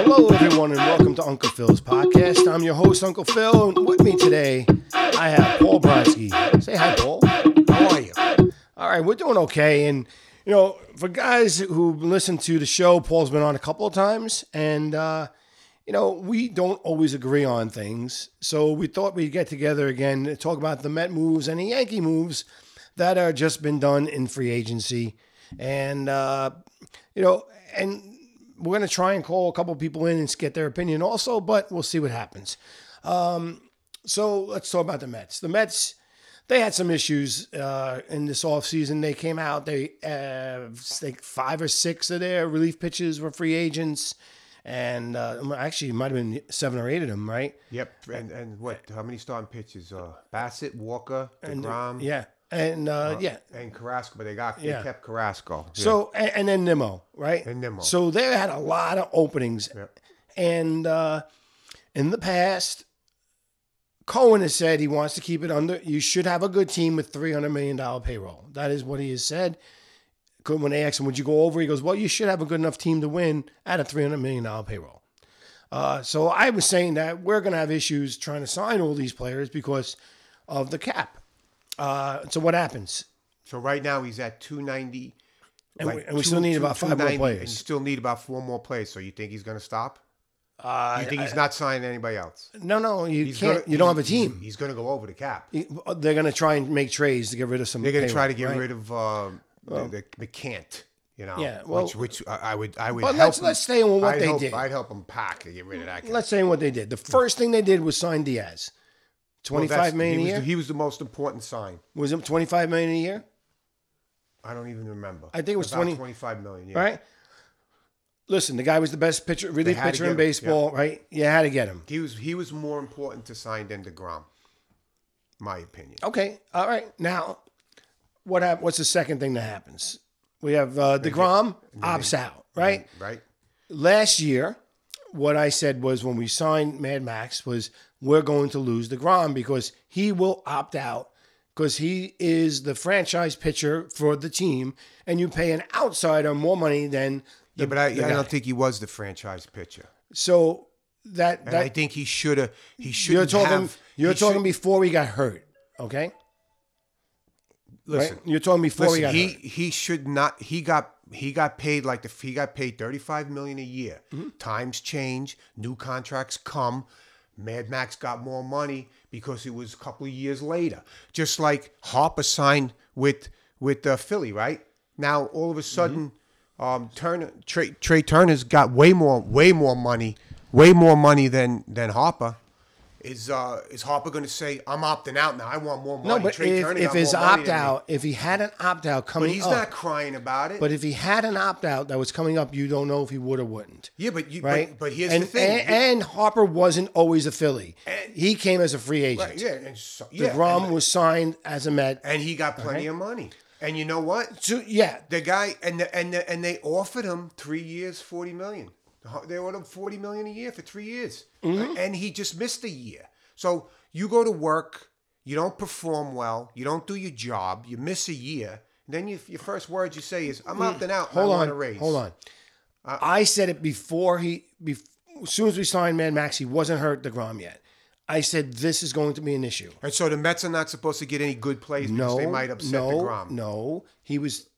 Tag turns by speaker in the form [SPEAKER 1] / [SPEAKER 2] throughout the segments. [SPEAKER 1] everyone, and welcome to Uncle Phil's podcast. I'm your host, Uncle Phil, and with me today, I have Paul Brodsky. Say hi, Paul. How are you? All right, we're doing okay. And, you know, for guys who listen to the show, Paul's been on a couple of times, and, uh, you know, we don't always agree on things. So we thought we'd get together again to talk about the Met moves and the Yankee moves that are just been done in free agency. And, uh, you know, and we're going to try and call a couple people in and get their opinion also, but we'll see what happens. Um, so let's talk about the Mets. The Mets, they had some issues uh, in this offseason. They came out, they uh, like five or six of their relief pitches were free agents. And uh, actually, it might have been seven or eight of them, right?
[SPEAKER 2] Yep, and and what? How many starting pitchers? Uh, Bassett, Walker,
[SPEAKER 1] And- uh,
[SPEAKER 2] Degrom,
[SPEAKER 1] Yeah. And uh, yeah,
[SPEAKER 2] and Carrasco. But they got
[SPEAKER 1] Yeah.
[SPEAKER 2] they kept Carrasco. Yeah.
[SPEAKER 1] So and, and then Nimmo, right?
[SPEAKER 2] And Nimmo.
[SPEAKER 1] So they had a lot of openings,
[SPEAKER 2] Yep.
[SPEAKER 1] and uh, in the past, Cohen has said he wants to keep it under. You should have a good team with three hundred million dollar payroll. That is what he has said. Good- When they asked him, "Would you go over?" He goes, "Well, you should have a good enough team to win at a three hundred million dollar payroll." Uh, so I was saying that we're going to have issues trying to sign all these players because of the cap. Uh, so what happens?
[SPEAKER 2] So right now he's at two ninety.
[SPEAKER 1] And we- and we still need about five more
[SPEAKER 2] And you
[SPEAKER 1] players.
[SPEAKER 2] still need about four more players. So you think he's going to stop?
[SPEAKER 1] Uh,
[SPEAKER 2] You think he's not signing anybody else?
[SPEAKER 1] No, no, you
[SPEAKER 2] He's
[SPEAKER 1] can't.
[SPEAKER 2] gonna-
[SPEAKER 1] you don't
[SPEAKER 2] he's-
[SPEAKER 1] have a team.
[SPEAKER 2] He's, he's going to go over the cap.
[SPEAKER 1] They're going to try and make trades to get rid of some.
[SPEAKER 2] They're going to try to get
[SPEAKER 1] payroll, right?
[SPEAKER 2] rid of um, the, the, the can't. You know,
[SPEAKER 1] Yeah, well-
[SPEAKER 2] which, which I I would I would.
[SPEAKER 1] But
[SPEAKER 2] help
[SPEAKER 1] let's-
[SPEAKER 2] him-
[SPEAKER 1] let's stay on what
[SPEAKER 2] I'd
[SPEAKER 1] they
[SPEAKER 2] help,
[SPEAKER 1] did.
[SPEAKER 2] I'd help him pack to get rid of that. guy.
[SPEAKER 1] Let's say what they did. The first thing they did was sign Diaz.
[SPEAKER 2] Well,
[SPEAKER 1] Twenty
[SPEAKER 2] that's-
[SPEAKER 1] five million
[SPEAKER 2] he
[SPEAKER 1] a
[SPEAKER 2] was the-
[SPEAKER 1] year.
[SPEAKER 2] He was the most important sign.
[SPEAKER 1] was it twenty five million a year?
[SPEAKER 2] I don't even remember.
[SPEAKER 1] I think it was
[SPEAKER 2] About
[SPEAKER 1] 20
[SPEAKER 2] 25 million. Yeah.
[SPEAKER 1] Right. Listen, the guy was the best pitcher, relief
[SPEAKER 2] had to
[SPEAKER 1] pitcher
[SPEAKER 2] get
[SPEAKER 1] in
[SPEAKER 2] him,
[SPEAKER 1] baseball. Right? You had to get him.
[SPEAKER 2] He was he was more important to sign than Degrom, my opinion.
[SPEAKER 1] Okay. All right. Now, what hap- What's the second thing that happens? We have uh, Degrom opts out. Right.
[SPEAKER 2] Right?
[SPEAKER 1] last year, what I said was when we signed Mad Max was we're going to lose Degrom because he will opt out because he is the franchise pitcher for the team, and you pay an outsider more money than the.
[SPEAKER 2] Yeah, but I,
[SPEAKER 1] the
[SPEAKER 2] I
[SPEAKER 1] guy.
[SPEAKER 2] don't think he was the franchise pitcher.
[SPEAKER 1] so that
[SPEAKER 2] And I
[SPEAKER 1] that
[SPEAKER 2] think he should have. He should
[SPEAKER 1] you're talking
[SPEAKER 2] Have,
[SPEAKER 1] you're
[SPEAKER 2] he
[SPEAKER 1] talking
[SPEAKER 2] should-
[SPEAKER 1] before he got hurt, okay?
[SPEAKER 2] Listen,
[SPEAKER 1] right? You're talking before he
[SPEAKER 2] listen.
[SPEAKER 1] got
[SPEAKER 2] He
[SPEAKER 1] hurt.
[SPEAKER 2] he should not. He got he got paid like the he got paid thirty five million a year.
[SPEAKER 1] Mm-hmm.
[SPEAKER 2] Times change. New contracts come. Mad Max got more money because it was a couple of years later. Just like Harper signed with with uh, Philly, right? Now all of a sudden,
[SPEAKER 1] Mm-hmm.
[SPEAKER 2] um, Turner Trey, Trey Turner's got way more way more money, way more money than than Harper. Is uh is Harper going to say I'm opting out now? I want more money.
[SPEAKER 1] No, but
[SPEAKER 2] Trey
[SPEAKER 1] if,
[SPEAKER 2] Turner
[SPEAKER 1] if
[SPEAKER 2] got
[SPEAKER 1] his
[SPEAKER 2] more money
[SPEAKER 1] opt
[SPEAKER 2] than me.
[SPEAKER 1] out, if he had an opt out coming
[SPEAKER 2] But he's
[SPEAKER 1] up,
[SPEAKER 2] not crying about it.
[SPEAKER 1] Oh. but if he had an opt out that was coming up, you don't know if he would or wouldn't.
[SPEAKER 2] yeah, but you,
[SPEAKER 1] right?
[SPEAKER 2] But, but here's
[SPEAKER 1] and,
[SPEAKER 2] the thing.
[SPEAKER 1] And, and Harper wasn't always a Philly. he came as a free agent.
[SPEAKER 2] yeah, and so, yeah,
[SPEAKER 1] DeGrom
[SPEAKER 2] and,
[SPEAKER 1] was Uh-huh. signed as a Met.
[SPEAKER 2] and he got plenty of money. And you know what?
[SPEAKER 1] so, yeah,
[SPEAKER 2] The guy and the, and the, and they offered him three years, forty million. They offered him forty million a year for three years,
[SPEAKER 1] Mm-hmm.
[SPEAKER 2] and he just missed a year. So you go to work, you don't perform well, you don't do your job, you miss a year. Then you, your first words you say is, "I'm opting out.
[SPEAKER 1] Mm-hmm. hold
[SPEAKER 2] I
[SPEAKER 1] on,
[SPEAKER 2] want a Uh, raise."
[SPEAKER 1] hold on. I said it before he, bef- as soon as we signed Man Max, he wasn't hurt DeGrom yet. I said this is going to be an issue.
[SPEAKER 2] And so the Mets are not supposed to get any good plays because
[SPEAKER 1] No,
[SPEAKER 2] they might upset
[SPEAKER 1] no,
[SPEAKER 2] Degrom.
[SPEAKER 1] no. He was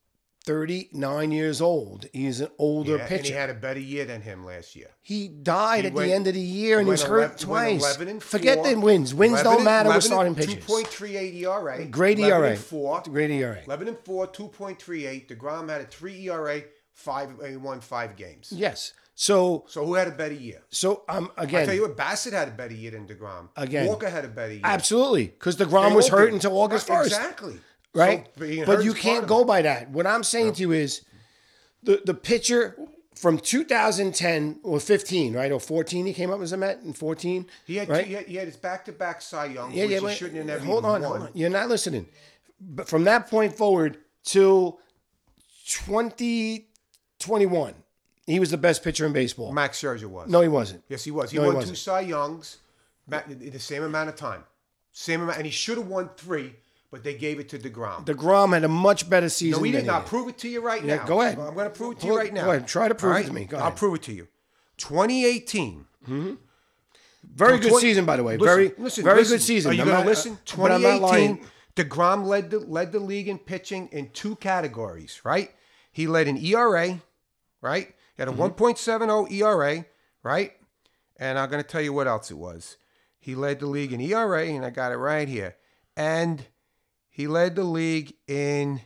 [SPEAKER 1] 39 years old. He's an older
[SPEAKER 2] Yeah,
[SPEAKER 1] pitcher.
[SPEAKER 2] And he had a better year than him last year.
[SPEAKER 1] He died at
[SPEAKER 2] went-
[SPEAKER 1] the end of the year and he
[SPEAKER 2] He
[SPEAKER 1] was
[SPEAKER 2] went
[SPEAKER 1] hurt
[SPEAKER 2] 11 went
[SPEAKER 1] twice.
[SPEAKER 2] 11 and
[SPEAKER 1] Forget
[SPEAKER 2] four.
[SPEAKER 1] the wins. Wins
[SPEAKER 2] 11
[SPEAKER 1] don't matter with starting
[SPEAKER 2] 11
[SPEAKER 1] pitchers.
[SPEAKER 2] 2.38 ERA.
[SPEAKER 1] Great
[SPEAKER 2] 11
[SPEAKER 1] ERA.
[SPEAKER 2] And 4.
[SPEAKER 1] Great ERA.
[SPEAKER 2] 11 and 4, 2.38. DeGrom had a 3 ERA, 5 and he won 5 games.
[SPEAKER 1] Yes. So
[SPEAKER 2] So who had a better year?
[SPEAKER 1] so um
[SPEAKER 2] I tell
[SPEAKER 1] again
[SPEAKER 2] you what, Bassett had a better year than DeGrom.
[SPEAKER 1] Again.
[SPEAKER 2] Walker had a better year.
[SPEAKER 1] absolutely because the
[SPEAKER 2] They
[SPEAKER 1] Grom was
[SPEAKER 2] all
[SPEAKER 1] hurt
[SPEAKER 2] did.
[SPEAKER 1] until August
[SPEAKER 2] Right,
[SPEAKER 1] first,
[SPEAKER 2] Exactly.
[SPEAKER 1] right?
[SPEAKER 2] So being hurt
[SPEAKER 1] but you
[SPEAKER 2] is part
[SPEAKER 1] can't
[SPEAKER 2] of
[SPEAKER 1] go
[SPEAKER 2] it.
[SPEAKER 1] by that. What I'm saying to you is, the the pitcher from 2010 or 15, right, or 14, he came up as a Met in 14.
[SPEAKER 2] He had,
[SPEAKER 1] right?
[SPEAKER 2] he had, he had his back-to-back Cy Young,
[SPEAKER 1] Yeah,
[SPEAKER 2] which
[SPEAKER 1] yeah,
[SPEAKER 2] he
[SPEAKER 1] wait,
[SPEAKER 2] shouldn't have never
[SPEAKER 1] hold
[SPEAKER 2] even
[SPEAKER 1] on,
[SPEAKER 2] won.
[SPEAKER 1] hold on. You're not listening. But from that point forward till 2021, he was the best pitcher in baseball.
[SPEAKER 2] Max Scherzer was.
[SPEAKER 1] No, he wasn't.
[SPEAKER 2] Yes, he was. He
[SPEAKER 1] No, he
[SPEAKER 2] won two
[SPEAKER 1] wasn't.
[SPEAKER 2] Cy Youngs ma- in the same amount of time. Same amount. And he should have won three, but they gave it to DeGrom.
[SPEAKER 1] DeGrom had a much better season.
[SPEAKER 2] no, he
[SPEAKER 1] than
[SPEAKER 2] did not.
[SPEAKER 1] did.
[SPEAKER 2] prove it to you right now.
[SPEAKER 1] go ahead.
[SPEAKER 2] I'm going to prove it to
[SPEAKER 1] Prove-
[SPEAKER 2] you right now.
[SPEAKER 1] go ahead. Try to prove
[SPEAKER 2] All
[SPEAKER 1] it to me. Go
[SPEAKER 2] I'll
[SPEAKER 1] ahead.
[SPEAKER 2] prove it to you. 2018.
[SPEAKER 1] Very good
[SPEAKER 2] Twen-
[SPEAKER 1] season, by the way.
[SPEAKER 2] Listen,
[SPEAKER 1] very,
[SPEAKER 2] listen,
[SPEAKER 1] very
[SPEAKER 2] listen.
[SPEAKER 1] good season.
[SPEAKER 2] Are you
[SPEAKER 1] I'm
[SPEAKER 2] going
[SPEAKER 1] not- uh,
[SPEAKER 2] to listen?
[SPEAKER 1] but I'm not lying.
[SPEAKER 2] 2018, DeGrom led the, led the league in pitching in two categories, right? He led in ERA, right? He
[SPEAKER 1] Mm-hmm.
[SPEAKER 2] had a 1.70 ERA, E right? And I'm going to tell you what else it was. He led the league in ERA, and I got it right here. And he led the league in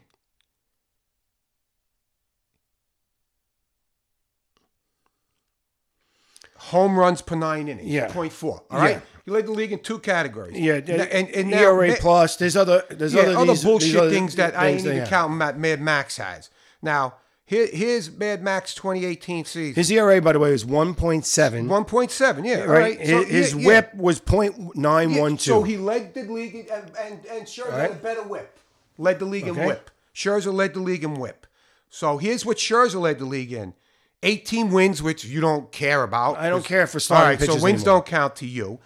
[SPEAKER 2] home runs per nine innings.
[SPEAKER 1] Yeah.
[SPEAKER 2] 0.4.
[SPEAKER 1] Yeah.
[SPEAKER 2] All right. He led the league in two categories.
[SPEAKER 1] Yeah,
[SPEAKER 2] And, and, and now-
[SPEAKER 1] ERA plus. There's other, there's
[SPEAKER 2] yeah,
[SPEAKER 1] other,
[SPEAKER 2] other,
[SPEAKER 1] these-
[SPEAKER 2] bullshit
[SPEAKER 1] these other
[SPEAKER 2] things that I ain't
[SPEAKER 1] things they
[SPEAKER 2] even
[SPEAKER 1] have.
[SPEAKER 2] counting. Mad, Mad Max has now. Here, here's Mad Max 2018 season.
[SPEAKER 1] His ERA, by the way, is 1.7.
[SPEAKER 2] 1.7. Yeah. all
[SPEAKER 1] right?
[SPEAKER 2] right.
[SPEAKER 1] His,
[SPEAKER 2] So, yeah,
[SPEAKER 1] his
[SPEAKER 2] yeah,
[SPEAKER 1] whip was .912.
[SPEAKER 2] yeah. So he led the league in, and and, and Scherzer had a
[SPEAKER 1] right.
[SPEAKER 2] better whip. Led the league
[SPEAKER 1] Okay.
[SPEAKER 2] in whip. Scherzer led the league in whip. So here's what Scherzer led the league in. 18 wins, which you don't care about.
[SPEAKER 1] I don't
[SPEAKER 2] 'cause-
[SPEAKER 1] care for starting
[SPEAKER 2] All right, so
[SPEAKER 1] pitchers
[SPEAKER 2] wins
[SPEAKER 1] anymore.
[SPEAKER 2] don't count to you,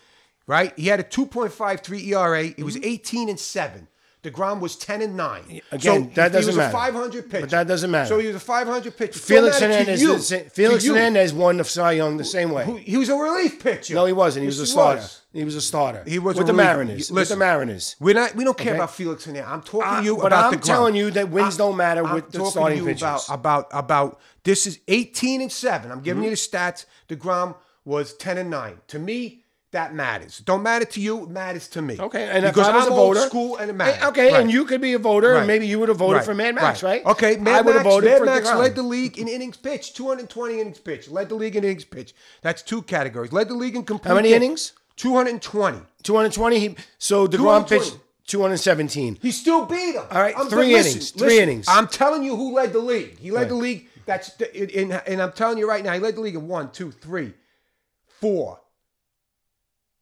[SPEAKER 2] right? He had a 2.53 ERA. It was 18 and 7. DeGrom was 10 and 9.
[SPEAKER 1] Mm-hmm. Again, that
[SPEAKER 2] he
[SPEAKER 1] doesn't
[SPEAKER 2] was
[SPEAKER 1] matter.
[SPEAKER 2] A 500 pitcher.
[SPEAKER 1] But that doesn't matter.
[SPEAKER 2] So he was a 500 pitcher. Still
[SPEAKER 1] Felix
[SPEAKER 2] mattered to
[SPEAKER 1] Hernandez,
[SPEAKER 2] you.
[SPEAKER 1] did the same- Felix
[SPEAKER 2] To you.
[SPEAKER 1] Hernandez won the Cy Young the same way.
[SPEAKER 2] Who- He was a relief pitcher.
[SPEAKER 1] no, he wasn't. He was
[SPEAKER 2] Yes,
[SPEAKER 1] a starter.
[SPEAKER 2] was.
[SPEAKER 1] He was a starter.
[SPEAKER 2] He was
[SPEAKER 1] with
[SPEAKER 2] a
[SPEAKER 1] the
[SPEAKER 2] reliever.
[SPEAKER 1] Mariners.
[SPEAKER 2] You-
[SPEAKER 1] With the
[SPEAKER 2] listen.
[SPEAKER 1] Mariners.
[SPEAKER 2] We're not. We don't care
[SPEAKER 1] Okay.
[SPEAKER 2] about Felix Hernandez. I'm talking
[SPEAKER 1] I-
[SPEAKER 2] to you
[SPEAKER 1] but
[SPEAKER 2] about
[SPEAKER 1] I'm
[SPEAKER 2] the
[SPEAKER 1] telling
[SPEAKER 2] Gronk.
[SPEAKER 1] you that wins
[SPEAKER 2] I-
[SPEAKER 1] don't matter
[SPEAKER 2] I'm
[SPEAKER 1] with the
[SPEAKER 2] talking to
[SPEAKER 1] starting
[SPEAKER 2] you
[SPEAKER 1] pitchers. Mm-hmm.
[SPEAKER 2] About, about about this is 18 and seven. I'm giving you the stats. Degrom was 10 and nine. To me, that matters. Don't matter to you. It matters to me.
[SPEAKER 1] Okay, and
[SPEAKER 2] because
[SPEAKER 1] if I was
[SPEAKER 2] am
[SPEAKER 1] a voter, eh,
[SPEAKER 2] old school, and it matters.
[SPEAKER 1] Okay,
[SPEAKER 2] Right.
[SPEAKER 1] and you could be a voter, and
[SPEAKER 2] Right.
[SPEAKER 1] maybe you would have voted
[SPEAKER 2] Right.
[SPEAKER 1] for Mad Max, right?
[SPEAKER 2] Okay,
[SPEAKER 1] I
[SPEAKER 2] Mad
[SPEAKER 1] would
[SPEAKER 2] Max,
[SPEAKER 1] have voted
[SPEAKER 2] Mad
[SPEAKER 1] for
[SPEAKER 2] Max
[SPEAKER 1] DeGrom.
[SPEAKER 2] led the league in innings pitched, 220 innings pitched. Led the league in innings pitched. That's two categories. Led the league in complete.
[SPEAKER 1] How many
[SPEAKER 2] hits,
[SPEAKER 1] innings?
[SPEAKER 2] 220.
[SPEAKER 1] 220. He, so DeGrom
[SPEAKER 2] 220.
[SPEAKER 1] pitched 217.
[SPEAKER 2] He still beat him.
[SPEAKER 1] All right, three innings, three innings.
[SPEAKER 2] I'm telling you who led the league. He led the league. That's the- in, in- and I'm telling you right now, he led the league in one, two, three, four,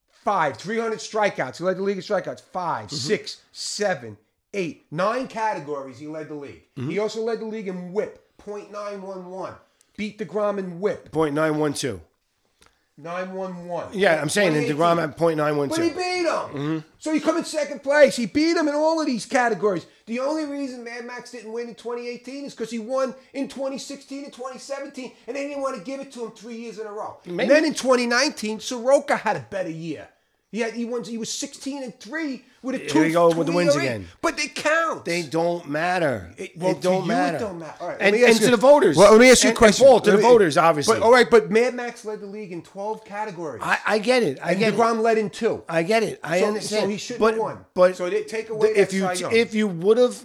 [SPEAKER 2] five, 300 strikeouts. He led the league in strikeouts. Five,
[SPEAKER 1] Mm-hmm.
[SPEAKER 2] six, seven, eight, nine categories. He led the league.
[SPEAKER 1] Mm-hmm.
[SPEAKER 2] He also led the league in WHIP, 0.911. Beat Degrom in WHIP,
[SPEAKER 1] 0.912.
[SPEAKER 2] 911.
[SPEAKER 1] Yeah, I'm saying in DeGrom at
[SPEAKER 2] But he
[SPEAKER 1] 0.912.
[SPEAKER 2] beat him.
[SPEAKER 1] Mm-hmm.
[SPEAKER 2] So he come in second place. He beat him in all of these categories. The only reason Mad Max didn't win in 2018 is because he won in 2016 and 2017, and they didn't want to give it to him three years in a row.
[SPEAKER 1] Maybe.
[SPEAKER 2] And then in 2019, Soroka had a better year. He had, he won. He was 16 and three with a two.
[SPEAKER 1] we go with the wins
[SPEAKER 2] ERA.
[SPEAKER 1] again.
[SPEAKER 2] But they count.
[SPEAKER 1] They don't matter.
[SPEAKER 2] It- well,
[SPEAKER 1] it don't
[SPEAKER 2] to you, it
[SPEAKER 1] matter.
[SPEAKER 2] don't matter. All right, let
[SPEAKER 1] and
[SPEAKER 2] me ask
[SPEAKER 1] and
[SPEAKER 2] you-
[SPEAKER 1] to the voters.
[SPEAKER 2] Well, let me ask you
[SPEAKER 1] And-
[SPEAKER 2] a question.
[SPEAKER 1] And Paul, to
[SPEAKER 2] Let
[SPEAKER 1] the
[SPEAKER 2] me-
[SPEAKER 1] voters, obviously.
[SPEAKER 2] But oh, all right, but Mad Max led the league in 12 categories.
[SPEAKER 1] I, I get it. I
[SPEAKER 2] and
[SPEAKER 1] get it.
[SPEAKER 2] Degrom led in two.
[SPEAKER 1] I get it. I
[SPEAKER 2] So-
[SPEAKER 1] understand.
[SPEAKER 2] so he shouldn't
[SPEAKER 1] but,
[SPEAKER 2] have won.
[SPEAKER 1] But
[SPEAKER 2] So they take away
[SPEAKER 1] if
[SPEAKER 2] that
[SPEAKER 1] you
[SPEAKER 2] Cy Young.
[SPEAKER 1] if you would have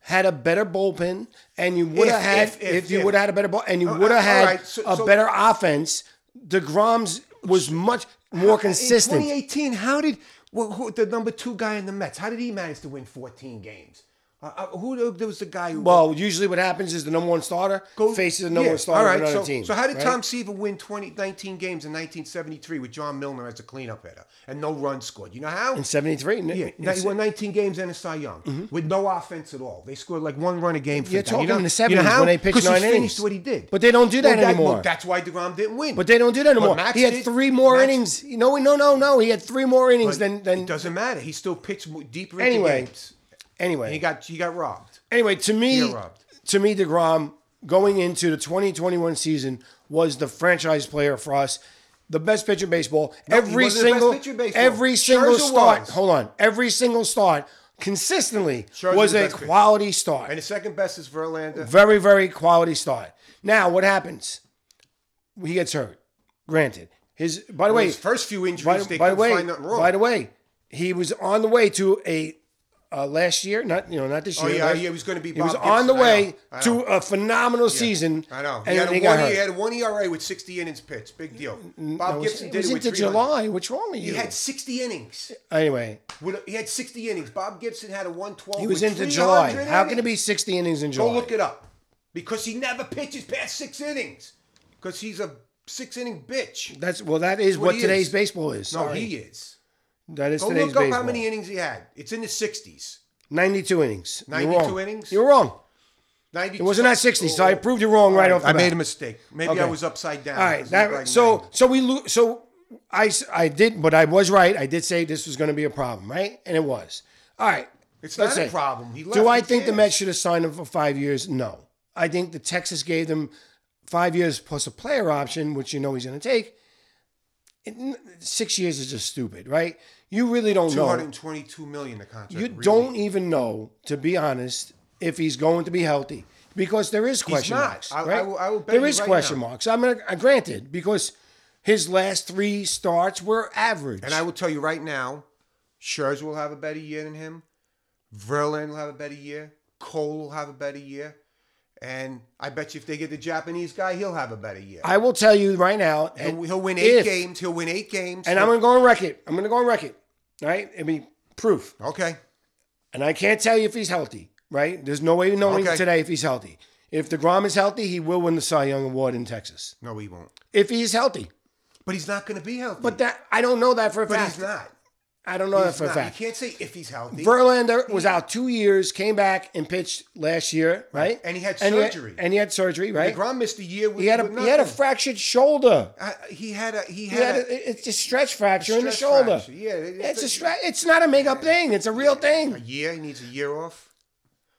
[SPEAKER 1] had a better bullpen and you would have
[SPEAKER 2] If-
[SPEAKER 1] had
[SPEAKER 2] if-
[SPEAKER 1] if,
[SPEAKER 2] if-
[SPEAKER 1] you
[SPEAKER 2] if.
[SPEAKER 1] would have had a better ball and you
[SPEAKER 2] Oh,
[SPEAKER 1] would
[SPEAKER 2] all
[SPEAKER 1] have had
[SPEAKER 2] right, so-
[SPEAKER 1] a
[SPEAKER 2] so-
[SPEAKER 1] better offense, Degrom's was much more
[SPEAKER 2] In
[SPEAKER 1] consistent.
[SPEAKER 2] 2018, how did well, who, the number two guy in the Mets? How did he manage to win 14 games? Uh, uh, who the- there was the guy who
[SPEAKER 1] Well, usually what happens is the number one starter
[SPEAKER 2] Go-
[SPEAKER 1] faces the number
[SPEAKER 2] Yeah,
[SPEAKER 1] one starter of another
[SPEAKER 2] so,
[SPEAKER 1] team.
[SPEAKER 2] So how did
[SPEAKER 1] right?
[SPEAKER 2] Tom Seaver win 20, 19 games in 1973 with John Milner as a cleanup hitter and no runs scored? You know how?
[SPEAKER 1] in seventy three? Yeah,
[SPEAKER 2] Now, he won 19 games and a Cy Young with no offense at all. They scored like one run a game. For
[SPEAKER 1] Mm-hmm. You're
[SPEAKER 2] that.
[SPEAKER 1] talking
[SPEAKER 2] you know,
[SPEAKER 1] in the
[SPEAKER 2] you know
[SPEAKER 1] 70s
[SPEAKER 2] how?
[SPEAKER 1] when they pitched
[SPEAKER 2] 'Cause he
[SPEAKER 1] nine
[SPEAKER 2] finished
[SPEAKER 1] innings.
[SPEAKER 2] what he did.
[SPEAKER 1] But they don't do that
[SPEAKER 2] well, well,
[SPEAKER 1] anymore.
[SPEAKER 2] that's why Degrom didn't win.
[SPEAKER 1] But they don't do that anymore.
[SPEAKER 2] Max
[SPEAKER 1] he had
[SPEAKER 2] did-
[SPEAKER 1] three more
[SPEAKER 2] Max-
[SPEAKER 1] innings. You know, no, no, no. He had three more innings than
[SPEAKER 2] it
[SPEAKER 1] than
[SPEAKER 2] doesn't matter. He still pitched mo- deeper
[SPEAKER 1] Anyway.
[SPEAKER 2] into games.
[SPEAKER 1] anyway.
[SPEAKER 2] He got he got robbed.
[SPEAKER 1] Anyway, to me,
[SPEAKER 2] You're robbed.
[SPEAKER 1] to me, Degrom going into the 2021 season was the franchise player for us. The best pitcher in baseball. every
[SPEAKER 2] wasn't the best
[SPEAKER 1] single,
[SPEAKER 2] pitcher in baseball.
[SPEAKER 1] every single
[SPEAKER 2] Scherzer
[SPEAKER 1] start.
[SPEAKER 2] was.
[SPEAKER 1] Hold on, every single start consistently
[SPEAKER 2] Scherzer
[SPEAKER 1] was
[SPEAKER 2] the
[SPEAKER 1] a
[SPEAKER 2] best pitcher.
[SPEAKER 1] quality start.
[SPEAKER 2] And the second best is Verlander.
[SPEAKER 1] Very, very quality start. Now, what happens? He gets hurt. Granted, his. By the way,
[SPEAKER 2] His first few injuries,
[SPEAKER 1] by,
[SPEAKER 2] they
[SPEAKER 1] by the
[SPEAKER 2] couldn't
[SPEAKER 1] way,
[SPEAKER 2] find nothing wrong.
[SPEAKER 1] by the way, he was on the way to a uh, last year, not you know, not this
[SPEAKER 2] Oh,
[SPEAKER 1] year.
[SPEAKER 2] yeah,
[SPEAKER 1] last-
[SPEAKER 2] yeah, it was gonna be
[SPEAKER 1] He was
[SPEAKER 2] Bob
[SPEAKER 1] on the
[SPEAKER 2] Gibson, I
[SPEAKER 1] way
[SPEAKER 2] know, I
[SPEAKER 1] to a phenomenal season.
[SPEAKER 2] I know. He
[SPEAKER 1] and
[SPEAKER 2] had,
[SPEAKER 1] then
[SPEAKER 2] a
[SPEAKER 1] he got
[SPEAKER 2] one, he
[SPEAKER 1] hurt.
[SPEAKER 2] had one ERA with 60 innings pitched. Big deal. Bob
[SPEAKER 1] It was-
[SPEAKER 2] Gibson
[SPEAKER 1] it
[SPEAKER 2] did
[SPEAKER 1] was
[SPEAKER 2] it with
[SPEAKER 1] into
[SPEAKER 2] 300.
[SPEAKER 1] July. What's wrong with you?
[SPEAKER 2] He had 60 innings.
[SPEAKER 1] anyway,
[SPEAKER 2] With a- He had 60 innings. Bob Gibson had a 112.
[SPEAKER 1] he was
[SPEAKER 2] with
[SPEAKER 1] into
[SPEAKER 2] 300
[SPEAKER 1] July. How can it be
[SPEAKER 2] innings.
[SPEAKER 1] sixty innings in July?
[SPEAKER 2] Go look it up. Because he never pitches past six innings. Because he's a six inning bitch.
[SPEAKER 1] That's well, that is
[SPEAKER 2] what
[SPEAKER 1] what,
[SPEAKER 2] he
[SPEAKER 1] today's
[SPEAKER 2] is.
[SPEAKER 1] baseball is.
[SPEAKER 2] No,
[SPEAKER 1] Sorry.
[SPEAKER 2] he is.
[SPEAKER 1] that is
[SPEAKER 2] Go
[SPEAKER 1] today's
[SPEAKER 2] look up
[SPEAKER 1] baseball.
[SPEAKER 2] how many innings he had. It's in the 60s.
[SPEAKER 1] Ninety-two innings. You're
[SPEAKER 2] 92
[SPEAKER 1] wrong.
[SPEAKER 2] innings?
[SPEAKER 1] You're wrong.
[SPEAKER 2] 92.
[SPEAKER 1] It wasn't at sixty,
[SPEAKER 2] Oh,
[SPEAKER 1] so I proved you wrong right off. The
[SPEAKER 2] I
[SPEAKER 1] bat.
[SPEAKER 2] made a mistake. Maybe I
[SPEAKER 1] Okay.
[SPEAKER 2] was upside down.
[SPEAKER 1] All
[SPEAKER 2] It
[SPEAKER 1] right.
[SPEAKER 2] was
[SPEAKER 1] That,
[SPEAKER 2] like
[SPEAKER 1] so
[SPEAKER 2] 90.
[SPEAKER 1] so we lo- so I s- I did, but I was right. I did say this was going to be a problem, right? And it was. All right.
[SPEAKER 2] It's
[SPEAKER 1] let's
[SPEAKER 2] not a
[SPEAKER 1] say,
[SPEAKER 2] problem. He left,
[SPEAKER 1] Do I
[SPEAKER 2] who
[SPEAKER 1] think the
[SPEAKER 2] cares?
[SPEAKER 1] Mets should have signed him for five years? No. I think the Texas gave them five years plus a player option, which you know he's going to take. it- n- six years is just stupid, right? You really don't
[SPEAKER 2] Two
[SPEAKER 1] know.
[SPEAKER 2] hundred twenty-two million. The contract.
[SPEAKER 1] You
[SPEAKER 2] really.
[SPEAKER 1] don't even know, to be honest, if he's going to be healthy because there is question
[SPEAKER 2] not.
[SPEAKER 1] marks.
[SPEAKER 2] I- I
[SPEAKER 1] right?
[SPEAKER 2] will- I will bet
[SPEAKER 1] There
[SPEAKER 2] you
[SPEAKER 1] is
[SPEAKER 2] right
[SPEAKER 1] question
[SPEAKER 2] now.
[SPEAKER 1] marks. I mean, uh, granted, because his last three starts were average.
[SPEAKER 2] And I will tell you right now, Scherz will have a better year than him. Verlander will have a better year. Cole will have a better year. And I bet you if they get the Japanese guy, he'll have a better year.
[SPEAKER 1] I will tell you right now,
[SPEAKER 2] He'll,
[SPEAKER 1] and,
[SPEAKER 2] he'll win eight
[SPEAKER 1] if-
[SPEAKER 2] games. He'll win eight games.
[SPEAKER 1] and I'm going to go on record. I'm going to go on record. Right? I mean, proof.
[SPEAKER 2] okay.
[SPEAKER 1] And I can't tell you if he's healthy. Right? There's no way of knowing
[SPEAKER 2] Okay.
[SPEAKER 1] today if he's healthy. If Degrom is healthy, he will win the Cy Young Award in Texas.
[SPEAKER 2] No, he won't.
[SPEAKER 1] If he's healthy,
[SPEAKER 2] But he's not going to be healthy.
[SPEAKER 1] but that I don't know that for a
[SPEAKER 2] But
[SPEAKER 1] fact.
[SPEAKER 2] he's not.
[SPEAKER 1] I don't know that
[SPEAKER 2] He's
[SPEAKER 1] for a
[SPEAKER 2] not.
[SPEAKER 1] fact.
[SPEAKER 2] You can't say if he's healthy.
[SPEAKER 1] Verlander was out two years, came back and pitched last year, right?
[SPEAKER 2] And he had surgery.
[SPEAKER 1] and he had surgery, right?
[SPEAKER 2] Degrom missed a year. With,
[SPEAKER 1] He had a
[SPEAKER 2] with
[SPEAKER 1] he had a
[SPEAKER 2] nothing.
[SPEAKER 1] fractured shoulder.
[SPEAKER 2] I- he had a he
[SPEAKER 1] He had
[SPEAKER 2] had a,
[SPEAKER 1] a, it's a stretch fracture in the
[SPEAKER 2] stress
[SPEAKER 1] shoulder.
[SPEAKER 2] fracture. Yeah, it-
[SPEAKER 1] It's a stre- It's not a make up thing. It's a real
[SPEAKER 2] a
[SPEAKER 1] thing.
[SPEAKER 2] year. He needs a year off.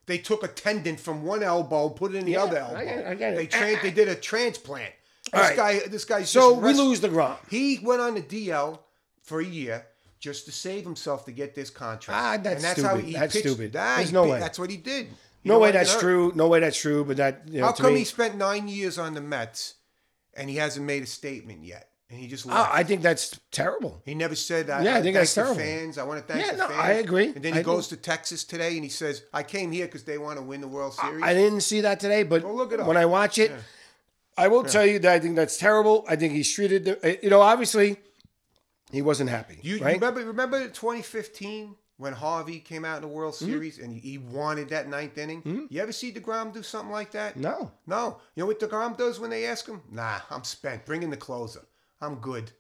[SPEAKER 2] They took a tendon from one elbow, put it in the
[SPEAKER 1] Yeah,
[SPEAKER 2] other
[SPEAKER 1] I
[SPEAKER 2] elbow.
[SPEAKER 1] get it, I get it.
[SPEAKER 2] They tra- They did a transplant. This
[SPEAKER 1] All right.
[SPEAKER 2] guy. This guy's
[SPEAKER 1] So
[SPEAKER 2] just
[SPEAKER 1] we
[SPEAKER 2] rest-
[SPEAKER 1] lose the Grom.
[SPEAKER 2] He went on the DL for a year just to save himself to get this contract.
[SPEAKER 1] Ah, that's
[SPEAKER 2] and that's How
[SPEAKER 1] stupid.
[SPEAKER 2] he
[SPEAKER 1] That's
[SPEAKER 2] pitched-
[SPEAKER 1] stupid.
[SPEAKER 2] Ah,
[SPEAKER 1] There's
[SPEAKER 2] he
[SPEAKER 1] no
[SPEAKER 2] pi-
[SPEAKER 1] way.
[SPEAKER 2] That's what he
[SPEAKER 1] No
[SPEAKER 2] did. He didn't
[SPEAKER 1] way
[SPEAKER 2] want to get
[SPEAKER 1] that's
[SPEAKER 2] hurt.
[SPEAKER 1] true. No way that's true. But that you know,
[SPEAKER 2] How
[SPEAKER 1] to
[SPEAKER 2] come
[SPEAKER 1] me,
[SPEAKER 2] he spent nine years on the Mets and he hasn't made a statement yet? And he just
[SPEAKER 1] I,
[SPEAKER 2] left.
[SPEAKER 1] I think that's terrible.
[SPEAKER 2] He never said that.
[SPEAKER 1] Yeah, I think
[SPEAKER 2] thank
[SPEAKER 1] that's
[SPEAKER 2] the
[SPEAKER 1] terrible.
[SPEAKER 2] Fans, I want to thank
[SPEAKER 1] Yeah,
[SPEAKER 2] the
[SPEAKER 1] no,
[SPEAKER 2] fans.
[SPEAKER 1] I agree.
[SPEAKER 2] And then
[SPEAKER 1] I
[SPEAKER 2] he
[SPEAKER 1] do.
[SPEAKER 2] goes to Texas today and he says, "I came here because they want to win the World Series."
[SPEAKER 1] I didn't see that today, but
[SPEAKER 2] Go look it up.
[SPEAKER 1] when I watch it, I will tell you that I think that's terrible. I think he's treated, the, you know, obviously he wasn't happy.
[SPEAKER 2] you, you
[SPEAKER 1] right?
[SPEAKER 2] remember? Remember 2015 when Harvey came out in the World
[SPEAKER 1] Mm-hmm.
[SPEAKER 2] Series and he wanted that ninth inning? You ever see Degrom do something like that?
[SPEAKER 1] no.
[SPEAKER 2] No. You know what Degrom does when they ask him? Nah, I'm spent. Bring in the closer. I'm good.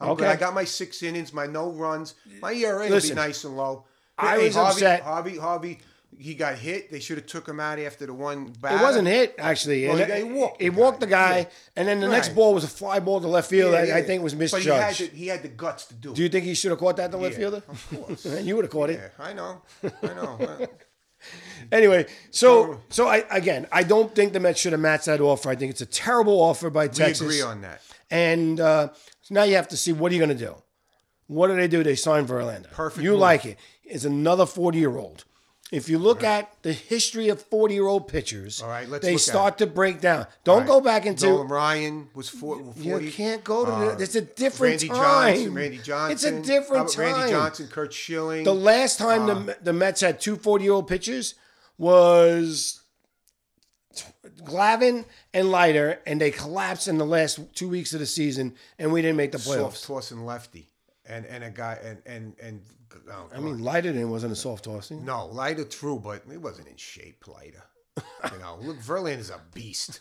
[SPEAKER 2] I'm good.
[SPEAKER 1] Okay.
[SPEAKER 2] I got my six innings, my no runs, my ERA will be
[SPEAKER 1] Listen,
[SPEAKER 2] nice and low.
[SPEAKER 1] I was
[SPEAKER 2] Harvey,
[SPEAKER 1] upset.
[SPEAKER 2] Harvey, Harvey, he got hit. They should have took him out after the one. Batter.
[SPEAKER 1] It wasn't hit actually.
[SPEAKER 2] Well,
[SPEAKER 1] And
[SPEAKER 2] he- he walked the
[SPEAKER 1] he walked
[SPEAKER 2] guy.
[SPEAKER 1] the guy,
[SPEAKER 2] Yeah.
[SPEAKER 1] and then the next
[SPEAKER 2] Right.
[SPEAKER 1] ball was a fly ball to left field. that I, think was
[SPEAKER 2] But
[SPEAKER 1] misjudged.
[SPEAKER 2] he had, the, he had the guts to do it.
[SPEAKER 1] Do you think he should have caught that the left
[SPEAKER 2] Yeah,
[SPEAKER 1] fielder?
[SPEAKER 2] Of course.
[SPEAKER 1] you would have caught it
[SPEAKER 2] Yeah, I know. I know.
[SPEAKER 1] anyway. So, so I again, I don't think the Mets should have matched that offer. I think it's a terrible offer by
[SPEAKER 2] we
[SPEAKER 1] Texas.
[SPEAKER 2] agree on that.
[SPEAKER 1] And uh, so now you have to see what are you going to do. What do they do? They sign Verlander.
[SPEAKER 2] Perfect
[SPEAKER 1] You
[SPEAKER 2] move.
[SPEAKER 1] like it? It's another forty-year-old. If you look at the history of forty-year-old pitchers,
[SPEAKER 2] All right, let's
[SPEAKER 1] they
[SPEAKER 2] look at
[SPEAKER 1] start to break down. Don't go back into
[SPEAKER 2] Nolan Ryan was four, 40.
[SPEAKER 1] you can't go to.
[SPEAKER 2] Uh,
[SPEAKER 1] the, it's a different
[SPEAKER 2] Randy
[SPEAKER 1] time.
[SPEAKER 2] Johnson. Randy Johnson.
[SPEAKER 1] It's a
[SPEAKER 2] How
[SPEAKER 1] different
[SPEAKER 2] about
[SPEAKER 1] time.
[SPEAKER 2] Randy Johnson, Uh. Kurt Schilling.
[SPEAKER 1] The last time the the Mets had two 40 year old pitchers was Glavin and Leiter, and they collapsed in the last two weeks of the season, and we didn't make the
[SPEAKER 2] soft
[SPEAKER 1] playoffs.
[SPEAKER 2] tossing lefty, and and a guy and and and oh,
[SPEAKER 1] I mean, Leiter didn't wasn't a soft tossing.
[SPEAKER 2] no, lighter true, but he wasn't in shape, lighter. You know, look, Verlander's a beast.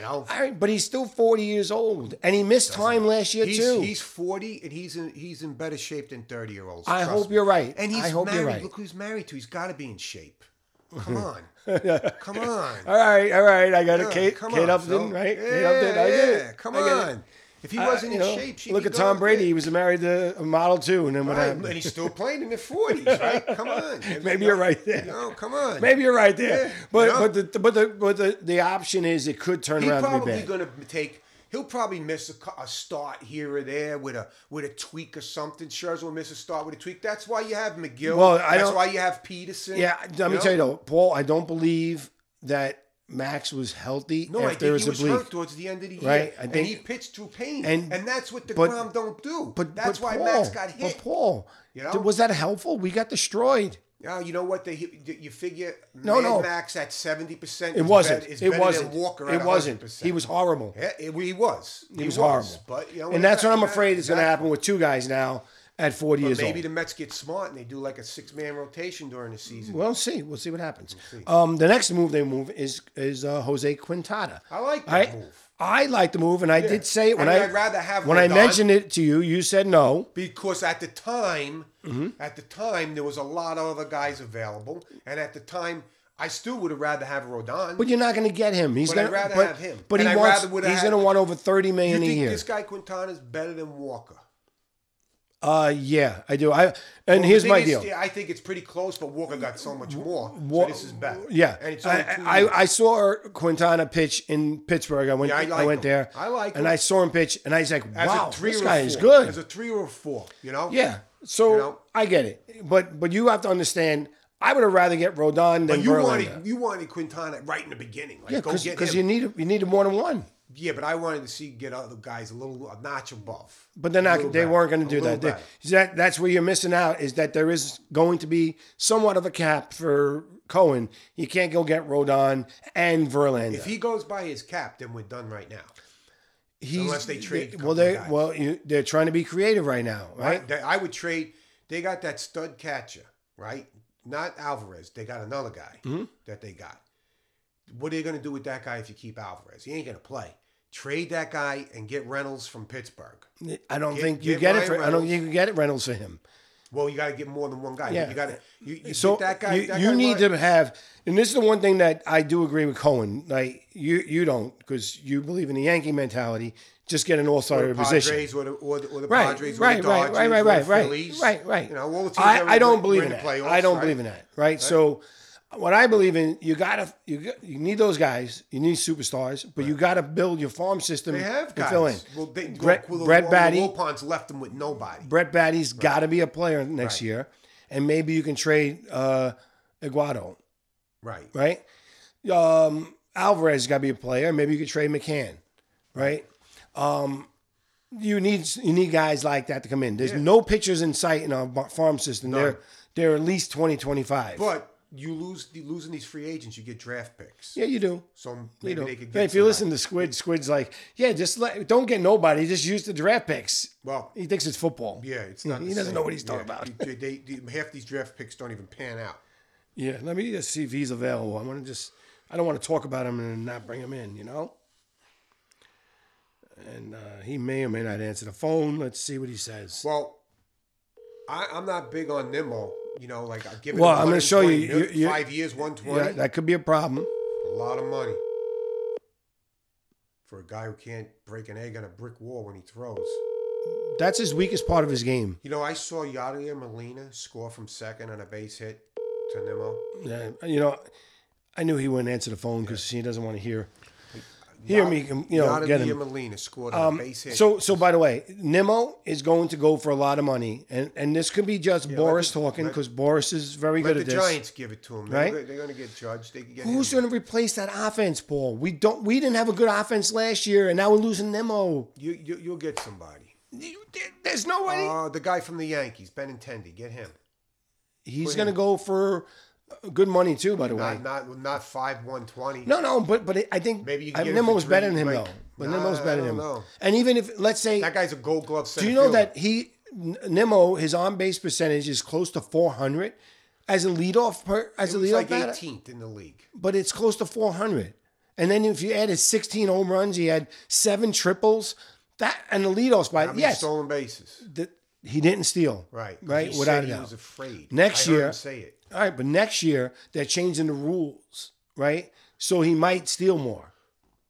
[SPEAKER 2] know,
[SPEAKER 1] All right, but he's still 40 years old, and he missed time last year
[SPEAKER 2] he's
[SPEAKER 1] too.
[SPEAKER 2] he's forty, and he's in he's in better shape than thirty year olds.
[SPEAKER 1] I
[SPEAKER 2] trust
[SPEAKER 1] hope
[SPEAKER 2] me.
[SPEAKER 1] you're right.
[SPEAKER 2] And he's
[SPEAKER 1] I hope
[SPEAKER 2] married.
[SPEAKER 1] you're right.
[SPEAKER 2] Look who he's married to. He's got to be in shape. Come on, come on.
[SPEAKER 1] all right, all right. I got a
[SPEAKER 2] Yeah,
[SPEAKER 1] Kate,
[SPEAKER 2] come
[SPEAKER 1] Kate
[SPEAKER 2] on,
[SPEAKER 1] Upton,
[SPEAKER 2] Phil.
[SPEAKER 1] right?
[SPEAKER 2] Yeah,
[SPEAKER 1] Kate Upton, I get
[SPEAKER 2] yeah,
[SPEAKER 1] it.
[SPEAKER 2] Come
[SPEAKER 1] I get it.
[SPEAKER 2] on. If he wasn't
[SPEAKER 1] You
[SPEAKER 2] in
[SPEAKER 1] know,
[SPEAKER 2] shape, she
[SPEAKER 1] look
[SPEAKER 2] could
[SPEAKER 1] at
[SPEAKER 2] go
[SPEAKER 1] Tom
[SPEAKER 2] out
[SPEAKER 1] Brady.
[SPEAKER 2] there.
[SPEAKER 1] He was married to a model too, and then what
[SPEAKER 2] Right,
[SPEAKER 1] happened?
[SPEAKER 2] and he's still playing in their forties, right? Come on.
[SPEAKER 1] Maybe you're right there.
[SPEAKER 2] No, come on.
[SPEAKER 1] Maybe you're right there,
[SPEAKER 2] Yeah,
[SPEAKER 1] but
[SPEAKER 2] you know?
[SPEAKER 1] but the but the but the, the option is it could turn
[SPEAKER 2] he's
[SPEAKER 1] around to be
[SPEAKER 2] probably
[SPEAKER 1] bad.
[SPEAKER 2] going to take. He'll probably miss a, cou- a start here or there with a with a tweak or something. Scherzer will miss a start with a tweak. That's why you have McGill.
[SPEAKER 1] Well, I
[SPEAKER 2] That's
[SPEAKER 1] don't-
[SPEAKER 2] why you have Peterson.
[SPEAKER 1] yeah, let me
[SPEAKER 2] know?
[SPEAKER 1] tell you though, Paul, I don't believe that Max was healthy
[SPEAKER 2] No, I
[SPEAKER 1] after
[SPEAKER 2] think
[SPEAKER 1] his
[SPEAKER 2] he was
[SPEAKER 1] oblique.
[SPEAKER 2] hurt towards the end of the year,
[SPEAKER 1] Right, I
[SPEAKER 2] and
[SPEAKER 1] think-
[SPEAKER 2] he pitched through pain,
[SPEAKER 1] and-
[SPEAKER 2] and, that's what the
[SPEAKER 1] but-
[SPEAKER 2] Grom don't do.
[SPEAKER 1] But
[SPEAKER 2] that's
[SPEAKER 1] but
[SPEAKER 2] why
[SPEAKER 1] Paul,
[SPEAKER 2] Max got hit.
[SPEAKER 1] But Paul,
[SPEAKER 2] You know?
[SPEAKER 1] th- was that helpful? We got destroyed.
[SPEAKER 2] Now Oh, you know what they you figure.
[SPEAKER 1] No,
[SPEAKER 2] Mad
[SPEAKER 1] no.
[SPEAKER 2] Max at seventy percent.
[SPEAKER 1] It wasn't.
[SPEAKER 2] Better, is
[SPEAKER 1] it
[SPEAKER 2] better
[SPEAKER 1] wasn't.
[SPEAKER 2] Than Walker
[SPEAKER 1] it
[SPEAKER 2] at
[SPEAKER 1] wasn't.
[SPEAKER 2] 100%.
[SPEAKER 1] He was horrible,
[SPEAKER 2] Yeah, it, he was. He,
[SPEAKER 1] was horrible.
[SPEAKER 2] But you know,
[SPEAKER 1] and that's what I'm
[SPEAKER 2] exactly-
[SPEAKER 1] afraid is going to
[SPEAKER 2] exactly.
[SPEAKER 1] happen with two guys now at 40 years
[SPEAKER 2] Maybe
[SPEAKER 1] old.
[SPEAKER 2] the Mets get smart and they do like a six man rotation during the season.
[SPEAKER 1] We'll see. We'll see what happens. Um, the next move they move is is uh, Jose Quintana.
[SPEAKER 2] I like
[SPEAKER 1] I,
[SPEAKER 2] that move
[SPEAKER 1] I like the move, and I did say it when
[SPEAKER 2] I
[SPEAKER 1] I,
[SPEAKER 2] mean, I'd rather have
[SPEAKER 1] when I
[SPEAKER 2] Rodon.
[SPEAKER 1] mentioned it to you, you said no.
[SPEAKER 2] because at the time,
[SPEAKER 1] Mm-hmm.
[SPEAKER 2] at the time there was a lot of other guys available, and at the time I still would have rather have Rodon.
[SPEAKER 1] But you're not going to get him. He's
[SPEAKER 2] But
[SPEAKER 1] going
[SPEAKER 2] I'd rather
[SPEAKER 1] but,
[SPEAKER 2] have him.
[SPEAKER 1] But
[SPEAKER 2] And
[SPEAKER 1] he
[SPEAKER 2] I'd
[SPEAKER 1] wants.
[SPEAKER 2] rather would
[SPEAKER 1] He's
[SPEAKER 2] have-
[SPEAKER 1] going to want over thirty
[SPEAKER 2] you
[SPEAKER 1] million a
[SPEAKER 2] think
[SPEAKER 1] year.
[SPEAKER 2] this guy Quintana's better than Walker?
[SPEAKER 1] Uh, yeah, I do. I and here's
[SPEAKER 2] The
[SPEAKER 1] my
[SPEAKER 2] thing is,
[SPEAKER 1] deal.
[SPEAKER 2] I think it's pretty close, but Walker got so much more.
[SPEAKER 1] Wa-
[SPEAKER 2] so this is better.
[SPEAKER 1] Yeah,
[SPEAKER 2] and it's only
[SPEAKER 1] I,
[SPEAKER 2] two
[SPEAKER 1] I,
[SPEAKER 2] years.
[SPEAKER 1] I saw Quintana pitch in Pittsburgh. I went.
[SPEAKER 2] Yeah, I
[SPEAKER 1] I,
[SPEAKER 2] like
[SPEAKER 1] went
[SPEAKER 2] him.
[SPEAKER 1] there.
[SPEAKER 2] I like
[SPEAKER 1] And
[SPEAKER 2] him.
[SPEAKER 1] I saw him pitch, and I was like,
[SPEAKER 2] As a
[SPEAKER 1] "Wow,
[SPEAKER 2] three
[SPEAKER 1] this
[SPEAKER 2] or
[SPEAKER 1] guy
[SPEAKER 2] a
[SPEAKER 1] is
[SPEAKER 2] four.
[SPEAKER 1] good."
[SPEAKER 2] As a three or a four, you know.
[SPEAKER 1] yeah. So
[SPEAKER 2] You know?
[SPEAKER 1] I get it, but but you have to understand. I would have rather get Rodon than
[SPEAKER 2] You
[SPEAKER 1] Verlander.
[SPEAKER 2] wanted you wanted Quintana right in the beginning. Like,
[SPEAKER 1] yeah,
[SPEAKER 2] go get
[SPEAKER 1] because
[SPEAKER 2] him.
[SPEAKER 1] you need you need more than one.
[SPEAKER 2] yeah, but I wanted to see get other guys a little a notch above.
[SPEAKER 1] But they're
[SPEAKER 2] A
[SPEAKER 1] not.
[SPEAKER 2] little
[SPEAKER 1] They
[SPEAKER 2] better.
[SPEAKER 1] weren't going
[SPEAKER 2] A
[SPEAKER 1] to do
[SPEAKER 2] little
[SPEAKER 1] that. They-
[SPEAKER 2] better.
[SPEAKER 1] that. That's where you're missing out. Is that there is going to be somewhat of a cap for Cohen. You can't go get Rodon and Verlander.
[SPEAKER 2] If he goes by his cap, then we're done right now.
[SPEAKER 1] He's,
[SPEAKER 2] Unless they trade a couple
[SPEAKER 1] well, they
[SPEAKER 2] guys.
[SPEAKER 1] well, you, they're trying to be creative right now, right?
[SPEAKER 2] Right? They- I would trade. They got that stud catcher, right? Not Alvarez. They got another guy
[SPEAKER 1] Mm-hmm.
[SPEAKER 2] that they got. What are you going to do with that guy if you keep Alvarez? He ain't going to play. Trade that guy and get Reynolds from Pittsburgh.
[SPEAKER 1] I don't
[SPEAKER 2] Get-
[SPEAKER 1] think you
[SPEAKER 2] get
[SPEAKER 1] get it.
[SPEAKER 2] Ryan
[SPEAKER 1] For, I don't
[SPEAKER 2] Reynolds.
[SPEAKER 1] think you get it Reynolds for him.
[SPEAKER 2] Well, you got to get more than one guy.
[SPEAKER 1] Yeah.
[SPEAKER 2] You got to. You, you
[SPEAKER 1] So
[SPEAKER 2] get that guy.
[SPEAKER 1] you,
[SPEAKER 2] that
[SPEAKER 1] you
[SPEAKER 2] guy
[SPEAKER 1] need
[SPEAKER 2] right.
[SPEAKER 1] to have, and this is the one thing that I do agree with Cohen. Like you, you don't because you believe in the Yankee mentality. Just get an all star
[SPEAKER 2] the
[SPEAKER 1] position.
[SPEAKER 2] Padres or the, or the, or the
[SPEAKER 1] Right,
[SPEAKER 2] Padres or
[SPEAKER 1] right,
[SPEAKER 2] the
[SPEAKER 1] right,
[SPEAKER 2] Dodgers
[SPEAKER 1] right, right,
[SPEAKER 2] or the
[SPEAKER 1] right, right,
[SPEAKER 2] Phillies.
[SPEAKER 1] right, right.
[SPEAKER 2] You know, all the teams that
[SPEAKER 1] I, I
[SPEAKER 2] were-
[SPEAKER 1] don't
[SPEAKER 2] were
[SPEAKER 1] believe
[SPEAKER 2] in
[SPEAKER 1] in
[SPEAKER 2] the
[SPEAKER 1] that.
[SPEAKER 2] playoffs,
[SPEAKER 1] I don't
[SPEAKER 2] right?
[SPEAKER 1] believe in that. Right. So, what I believe in, you gotta you got- you need those guys. You need superstars, but you gotta build your farm system.
[SPEAKER 2] They have
[SPEAKER 1] to
[SPEAKER 2] guys.
[SPEAKER 1] fill in.
[SPEAKER 2] Well, they,
[SPEAKER 1] Brett-
[SPEAKER 2] well,
[SPEAKER 1] Brett Batty.
[SPEAKER 2] Wilpons left them with nobody.
[SPEAKER 1] Brett Batty's got to be a player next year, and maybe you can trade uh, Iguado,
[SPEAKER 2] Right.
[SPEAKER 1] right? Um, Alvarez got to be a player. Maybe you could trade McCann, right? Um, you need you need guys like that to come in. There's no pitchers in sight in our bar- farm system. They're they're at least 20, 25.
[SPEAKER 2] But you lose the, losing these free agents, you get draft picks.
[SPEAKER 1] yeah, you do.
[SPEAKER 2] So
[SPEAKER 1] You
[SPEAKER 2] maybe
[SPEAKER 1] do.
[SPEAKER 2] they could
[SPEAKER 1] Hey,
[SPEAKER 2] get. uh,
[SPEAKER 1] if you listen to Squid, Squid's like, yeah, just let, don't get nobody. Just use the draft picks.
[SPEAKER 2] well,
[SPEAKER 1] He thinks it's football.
[SPEAKER 2] yeah, it's not.
[SPEAKER 1] He
[SPEAKER 2] the
[SPEAKER 1] doesn't
[SPEAKER 2] same.
[SPEAKER 1] know what he's talking
[SPEAKER 2] Yeah,
[SPEAKER 1] about.
[SPEAKER 2] you- they- they- half these draft picks don't even pan out.
[SPEAKER 1] Yeah, let me just see if he's available. I want to just, I don't want to talk about him and not bring him in, you know? And uh, he may or may not answer the phone. Let's see what he says.
[SPEAKER 2] Well, I, I'm not big on Nimmo. You know, like I give.
[SPEAKER 1] Well, I'm gonna show you- you- you-
[SPEAKER 2] five years, one twenty.
[SPEAKER 1] Yeah, that could be a problem.
[SPEAKER 2] A lot of money for a guy who can't break an egg on a brick wall when he throws.
[SPEAKER 1] That's his weakest part of his game.
[SPEAKER 2] You know, I saw Yadier Molina score from second on a base hit to Nimmo.
[SPEAKER 1] Yeah, you know, I knew he wouldn't answer the phone because he doesn't want to hear hear me. um, You know,
[SPEAKER 2] Yadier
[SPEAKER 1] get him. Um,
[SPEAKER 2] Molina scored on a base hit.
[SPEAKER 1] So, so by the way, Nimmo is going to go for a lot of money, and and this could be just Boris talking because Boris is very
[SPEAKER 2] Let
[SPEAKER 1] good
[SPEAKER 2] the
[SPEAKER 1] at this.
[SPEAKER 2] Giants give it to him.
[SPEAKER 1] Right?
[SPEAKER 2] They're, going to get judged. They can get
[SPEAKER 1] Who's
[SPEAKER 2] him.
[SPEAKER 1] going to replace that offense, Paul? We don't. We didn't have a good offense last year, and now we're losing Nemo.
[SPEAKER 2] You, you, you'll get somebody.
[SPEAKER 1] You- there- There's nobody.
[SPEAKER 2] Uh, the guy from the Yankees, Benintendi, get him.
[SPEAKER 1] He's going to go for good money too. By the way,
[SPEAKER 2] Not not not five one twenty.
[SPEAKER 1] no, no, but but I think
[SPEAKER 2] Maybe you can
[SPEAKER 1] I,
[SPEAKER 2] get him
[SPEAKER 1] Nemo's
[SPEAKER 2] for
[SPEAKER 1] better than
[SPEAKER 2] three,
[SPEAKER 1] him
[SPEAKER 2] like-
[SPEAKER 1] though. But
[SPEAKER 2] Nah,
[SPEAKER 1] Nemo's better than
[SPEAKER 2] I
[SPEAKER 1] him.
[SPEAKER 2] don't know.
[SPEAKER 1] And even if let's say,
[SPEAKER 2] that guy's a Gold Glove.
[SPEAKER 1] do you know that he Nemo his on base percentage is close to 400 as a leadoff per as a
[SPEAKER 2] he's
[SPEAKER 1] leadoff
[SPEAKER 2] like
[SPEAKER 1] batter?
[SPEAKER 2] eighteenth in the league?
[SPEAKER 1] but it's close to 400. And then if you add his 16 home runs, he had seven triples. That and the leadoff
[SPEAKER 2] How
[SPEAKER 1] spot,
[SPEAKER 2] many
[SPEAKER 1] yes,
[SPEAKER 2] stolen bases?
[SPEAKER 1] that he didn't steal.
[SPEAKER 2] Right. 'cause
[SPEAKER 1] Right.
[SPEAKER 2] He
[SPEAKER 1] without
[SPEAKER 2] said
[SPEAKER 1] a
[SPEAKER 2] he
[SPEAKER 1] doubt.
[SPEAKER 2] was afraid.
[SPEAKER 1] Next
[SPEAKER 2] I heard
[SPEAKER 1] year-
[SPEAKER 2] him say it.
[SPEAKER 1] All right, but next year they're changing the rules, right? So he might steal more.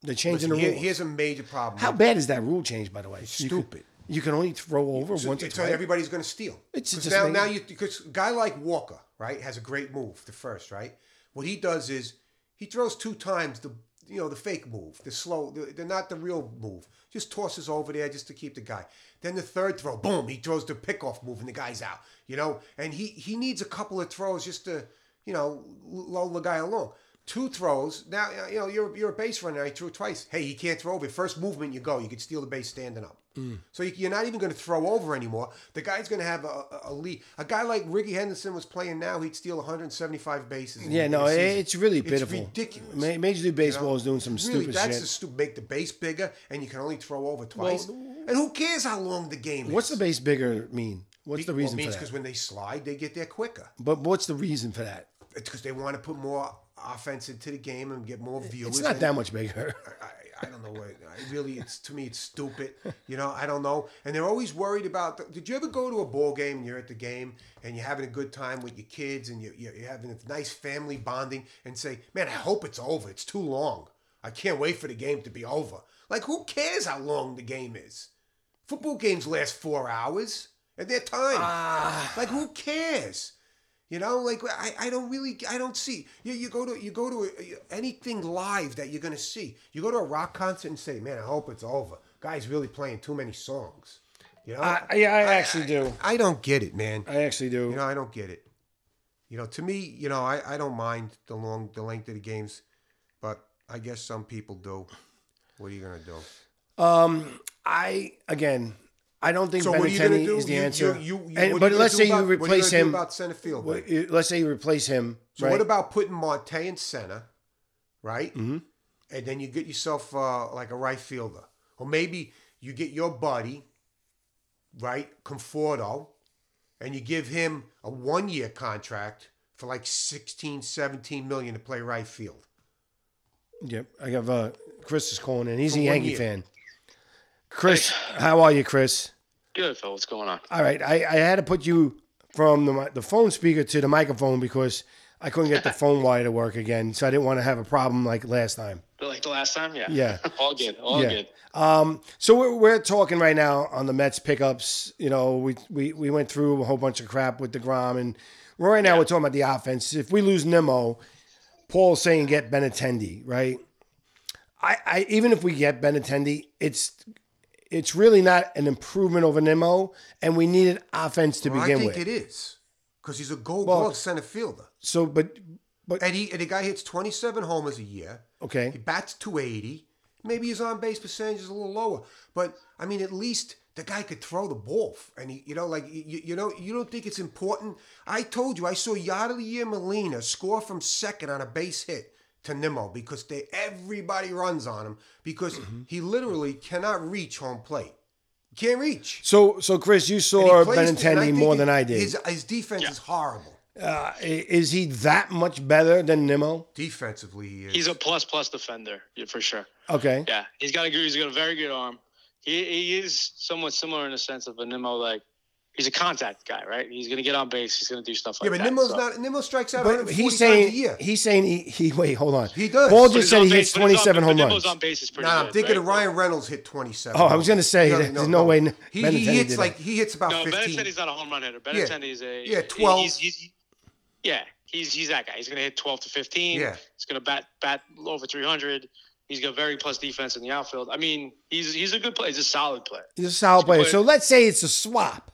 [SPEAKER 1] They're changing the
[SPEAKER 2] Here-
[SPEAKER 1] rules.
[SPEAKER 2] here's a major problem.
[SPEAKER 1] How bad is that rule change, by the way? You can-
[SPEAKER 2] stupid.
[SPEAKER 1] You can, only throw over once or
[SPEAKER 2] it's so
[SPEAKER 1] twice.
[SPEAKER 2] everybody's going to steal.
[SPEAKER 1] It's
[SPEAKER 2] 'Cause
[SPEAKER 1] just
[SPEAKER 2] now,
[SPEAKER 1] amazing.
[SPEAKER 2] now you because a guy like Walker, right, has a great move, the first, right. What he does is he throws two times the you know the fake move, the slow, the, the not the real move. Just tosses over there just to keep the guy. Then the third throw, boom, he throws the pickoff move and the guy's out. You know, and he he needs a couple of throws just to you know l- lull the guy along. Two throws. Now you know you're you're a base runner. He threw twice. Hey, he can't throw over. First movement, you go. You could steal the base standing up.
[SPEAKER 1] Mm.
[SPEAKER 2] So you- you're not even going to throw over anymore. The guy's going to have a, a, a lead. A guy like Ricky Henderson was playing now. He'd steal 175 bases. in-
[SPEAKER 1] Yeah,
[SPEAKER 2] in
[SPEAKER 1] no,
[SPEAKER 2] a season.
[SPEAKER 1] it's really
[SPEAKER 2] It's
[SPEAKER 1] pitiful.
[SPEAKER 2] ridiculous.
[SPEAKER 1] Ma- Major League Baseball is doing some
[SPEAKER 2] really,
[SPEAKER 1] stupid
[SPEAKER 2] that's
[SPEAKER 1] shit.
[SPEAKER 2] the stupid. Make the base bigger, and you can only throw over twice. and who cares how long the game is?
[SPEAKER 1] What's the base bigger mean? What's the reason
[SPEAKER 2] well, it means
[SPEAKER 1] for that?
[SPEAKER 2] because when they slide, they get there quicker.
[SPEAKER 1] But what's the reason for that?
[SPEAKER 2] It's because they want to put more offense into the game and get more viewers.
[SPEAKER 1] It's not
[SPEAKER 2] and-
[SPEAKER 1] that much bigger.
[SPEAKER 2] I, I don't know what. I really, it's to me, it's stupid. You know, I don't know. And they're always worried about. The, did you ever go to a ball game and you're at the game and you're having a good time with your kids and you, you're, you're having a nice family bonding and say, "Man, I hope it's over. It's too long. I can't wait for the game to be over." Like, who cares how long the game is? Football games last four hours. at their time. like who cares? You know, like I, I don't really I don't see you, you go to you go to a, anything live that you're gonna see. You go to a rock concert and say, man, I hope it's over. Guy's really playing too many songs. You know,
[SPEAKER 1] I, yeah, I actually do.
[SPEAKER 2] I don't get it, man.
[SPEAKER 1] I actually do.
[SPEAKER 2] You know, I don't get it. You know, to me, you know, I, I don't mind the long the length of the games, but I guess some people do. What are you gonna do?
[SPEAKER 1] Um, I again, I don't think
[SPEAKER 2] So what are you gonna
[SPEAKER 1] Benintendi
[SPEAKER 2] do?
[SPEAKER 1] is the
[SPEAKER 2] You- you-
[SPEAKER 1] answer.
[SPEAKER 2] you- you-
[SPEAKER 1] And-
[SPEAKER 2] what are
[SPEAKER 1] but
[SPEAKER 2] you
[SPEAKER 1] let's say
[SPEAKER 2] gonna do
[SPEAKER 1] you
[SPEAKER 2] about- what are
[SPEAKER 1] replace
[SPEAKER 2] gonna do
[SPEAKER 1] him.
[SPEAKER 2] about center field.
[SPEAKER 1] Well, you- Let's say you replace him.
[SPEAKER 2] So
[SPEAKER 1] right?
[SPEAKER 2] what about putting Marte in center, right? Mm-hmm. And then you get yourself uh, like a right fielder, or maybe you get your buddy, right, Conforto, and you give him a one-year contract for like 16, 17 million to play right field.
[SPEAKER 1] Yep, I have uh, Chris is calling in. He's a
[SPEAKER 2] one
[SPEAKER 1] Yankee
[SPEAKER 2] year.
[SPEAKER 1] fan. Chris, how are you, Chris?
[SPEAKER 3] Good, Phil. What's going on?
[SPEAKER 1] All right, I, I had to put you from the mi- the phone speaker to the microphone because I couldn't get the phone wire to work again, so I didn't want to have a problem like last time.
[SPEAKER 3] Like the last time? Yeah.
[SPEAKER 1] Yeah.
[SPEAKER 3] all good. All
[SPEAKER 1] Yeah.
[SPEAKER 3] good.
[SPEAKER 1] Um, so we're, we're talking right now on the Mets pickups. You know, we, we we went through a whole bunch of crap with Degrom, and right now we're talking about the offense. If we lose Nimmo, Paul's saying get Benatendi, right? I, I even if we get Benatendi, it's it's really not an improvement over Nimmo, and we needed offense to
[SPEAKER 2] Well, I
[SPEAKER 1] begin
[SPEAKER 2] think
[SPEAKER 1] with.
[SPEAKER 2] it is because he's a Gold
[SPEAKER 1] Well-
[SPEAKER 2] Glove center fielder,
[SPEAKER 1] so, but but
[SPEAKER 2] and he and the guy hits twenty-seven homers a year. He
[SPEAKER 1] okay,
[SPEAKER 2] bats 280. Maybe his on base percentage is a little lower, but I mean, at least the guy could throw the ball. f- And he, you know, like you, you know, you don't think it's important. I told you, I saw Yard of the Year Molina score from second on a base hit to Nimmo because they everybody runs on him because
[SPEAKER 1] Mm-hmm.
[SPEAKER 2] he literally cannot reach home plate. Can't reach.
[SPEAKER 1] so so Chris, you
[SPEAKER 2] And he
[SPEAKER 1] saw
[SPEAKER 2] plays- and I
[SPEAKER 1] Benintendi
[SPEAKER 2] think
[SPEAKER 1] more than I did.
[SPEAKER 2] His, his defense is horrible.
[SPEAKER 1] uh, i- is he that much better than Nimmo?
[SPEAKER 2] Defensively, he is.
[SPEAKER 3] He's a plus plus defender yeah, for sure.
[SPEAKER 1] Okay.
[SPEAKER 3] Yeah, he's got a good. He's got a very good arm. He, he is somewhat similar in the sense of a Nimmo. Like he's a contact guy, right? He's gonna get on base. He's gonna do stuff like
[SPEAKER 2] yeah, but
[SPEAKER 3] that.
[SPEAKER 2] Nimmo's
[SPEAKER 3] so-
[SPEAKER 2] not. Nimmo strikes out.
[SPEAKER 1] But
[SPEAKER 2] 140
[SPEAKER 1] he's
[SPEAKER 2] times a year.
[SPEAKER 1] saying he's saying he, he wait hold on
[SPEAKER 2] He does.
[SPEAKER 1] Paul just
[SPEAKER 2] But
[SPEAKER 3] But his
[SPEAKER 1] said
[SPEAKER 3] on
[SPEAKER 1] he hits
[SPEAKER 3] base- but his on-
[SPEAKER 1] 27
[SPEAKER 3] but
[SPEAKER 1] home
[SPEAKER 3] Nimmo's
[SPEAKER 1] runs.
[SPEAKER 3] on base is pretty
[SPEAKER 2] No,
[SPEAKER 3] good,
[SPEAKER 2] I'm thinking
[SPEAKER 3] right?
[SPEAKER 2] of Ryan Reynolds hit 27.
[SPEAKER 1] Oh, I was gonna say, there's no way n-
[SPEAKER 2] He,
[SPEAKER 1] Benintendi
[SPEAKER 2] he hits
[SPEAKER 1] did
[SPEAKER 2] like he hits about
[SPEAKER 3] No,
[SPEAKER 2] 15.
[SPEAKER 3] Benintendi's not a home run hitter. Benintendi's a
[SPEAKER 2] Yeah, 12.
[SPEAKER 3] He's, he's, yeah, he's he's that guy. He's gonna hit twelve to fifteen.
[SPEAKER 2] Yeah.
[SPEAKER 3] he's gonna bat bat over three hundred. He's got very plus defense in the outfield. I mean, he's he's a good player. He's a solid player.
[SPEAKER 1] He's a solid player. So let's say it's a swap,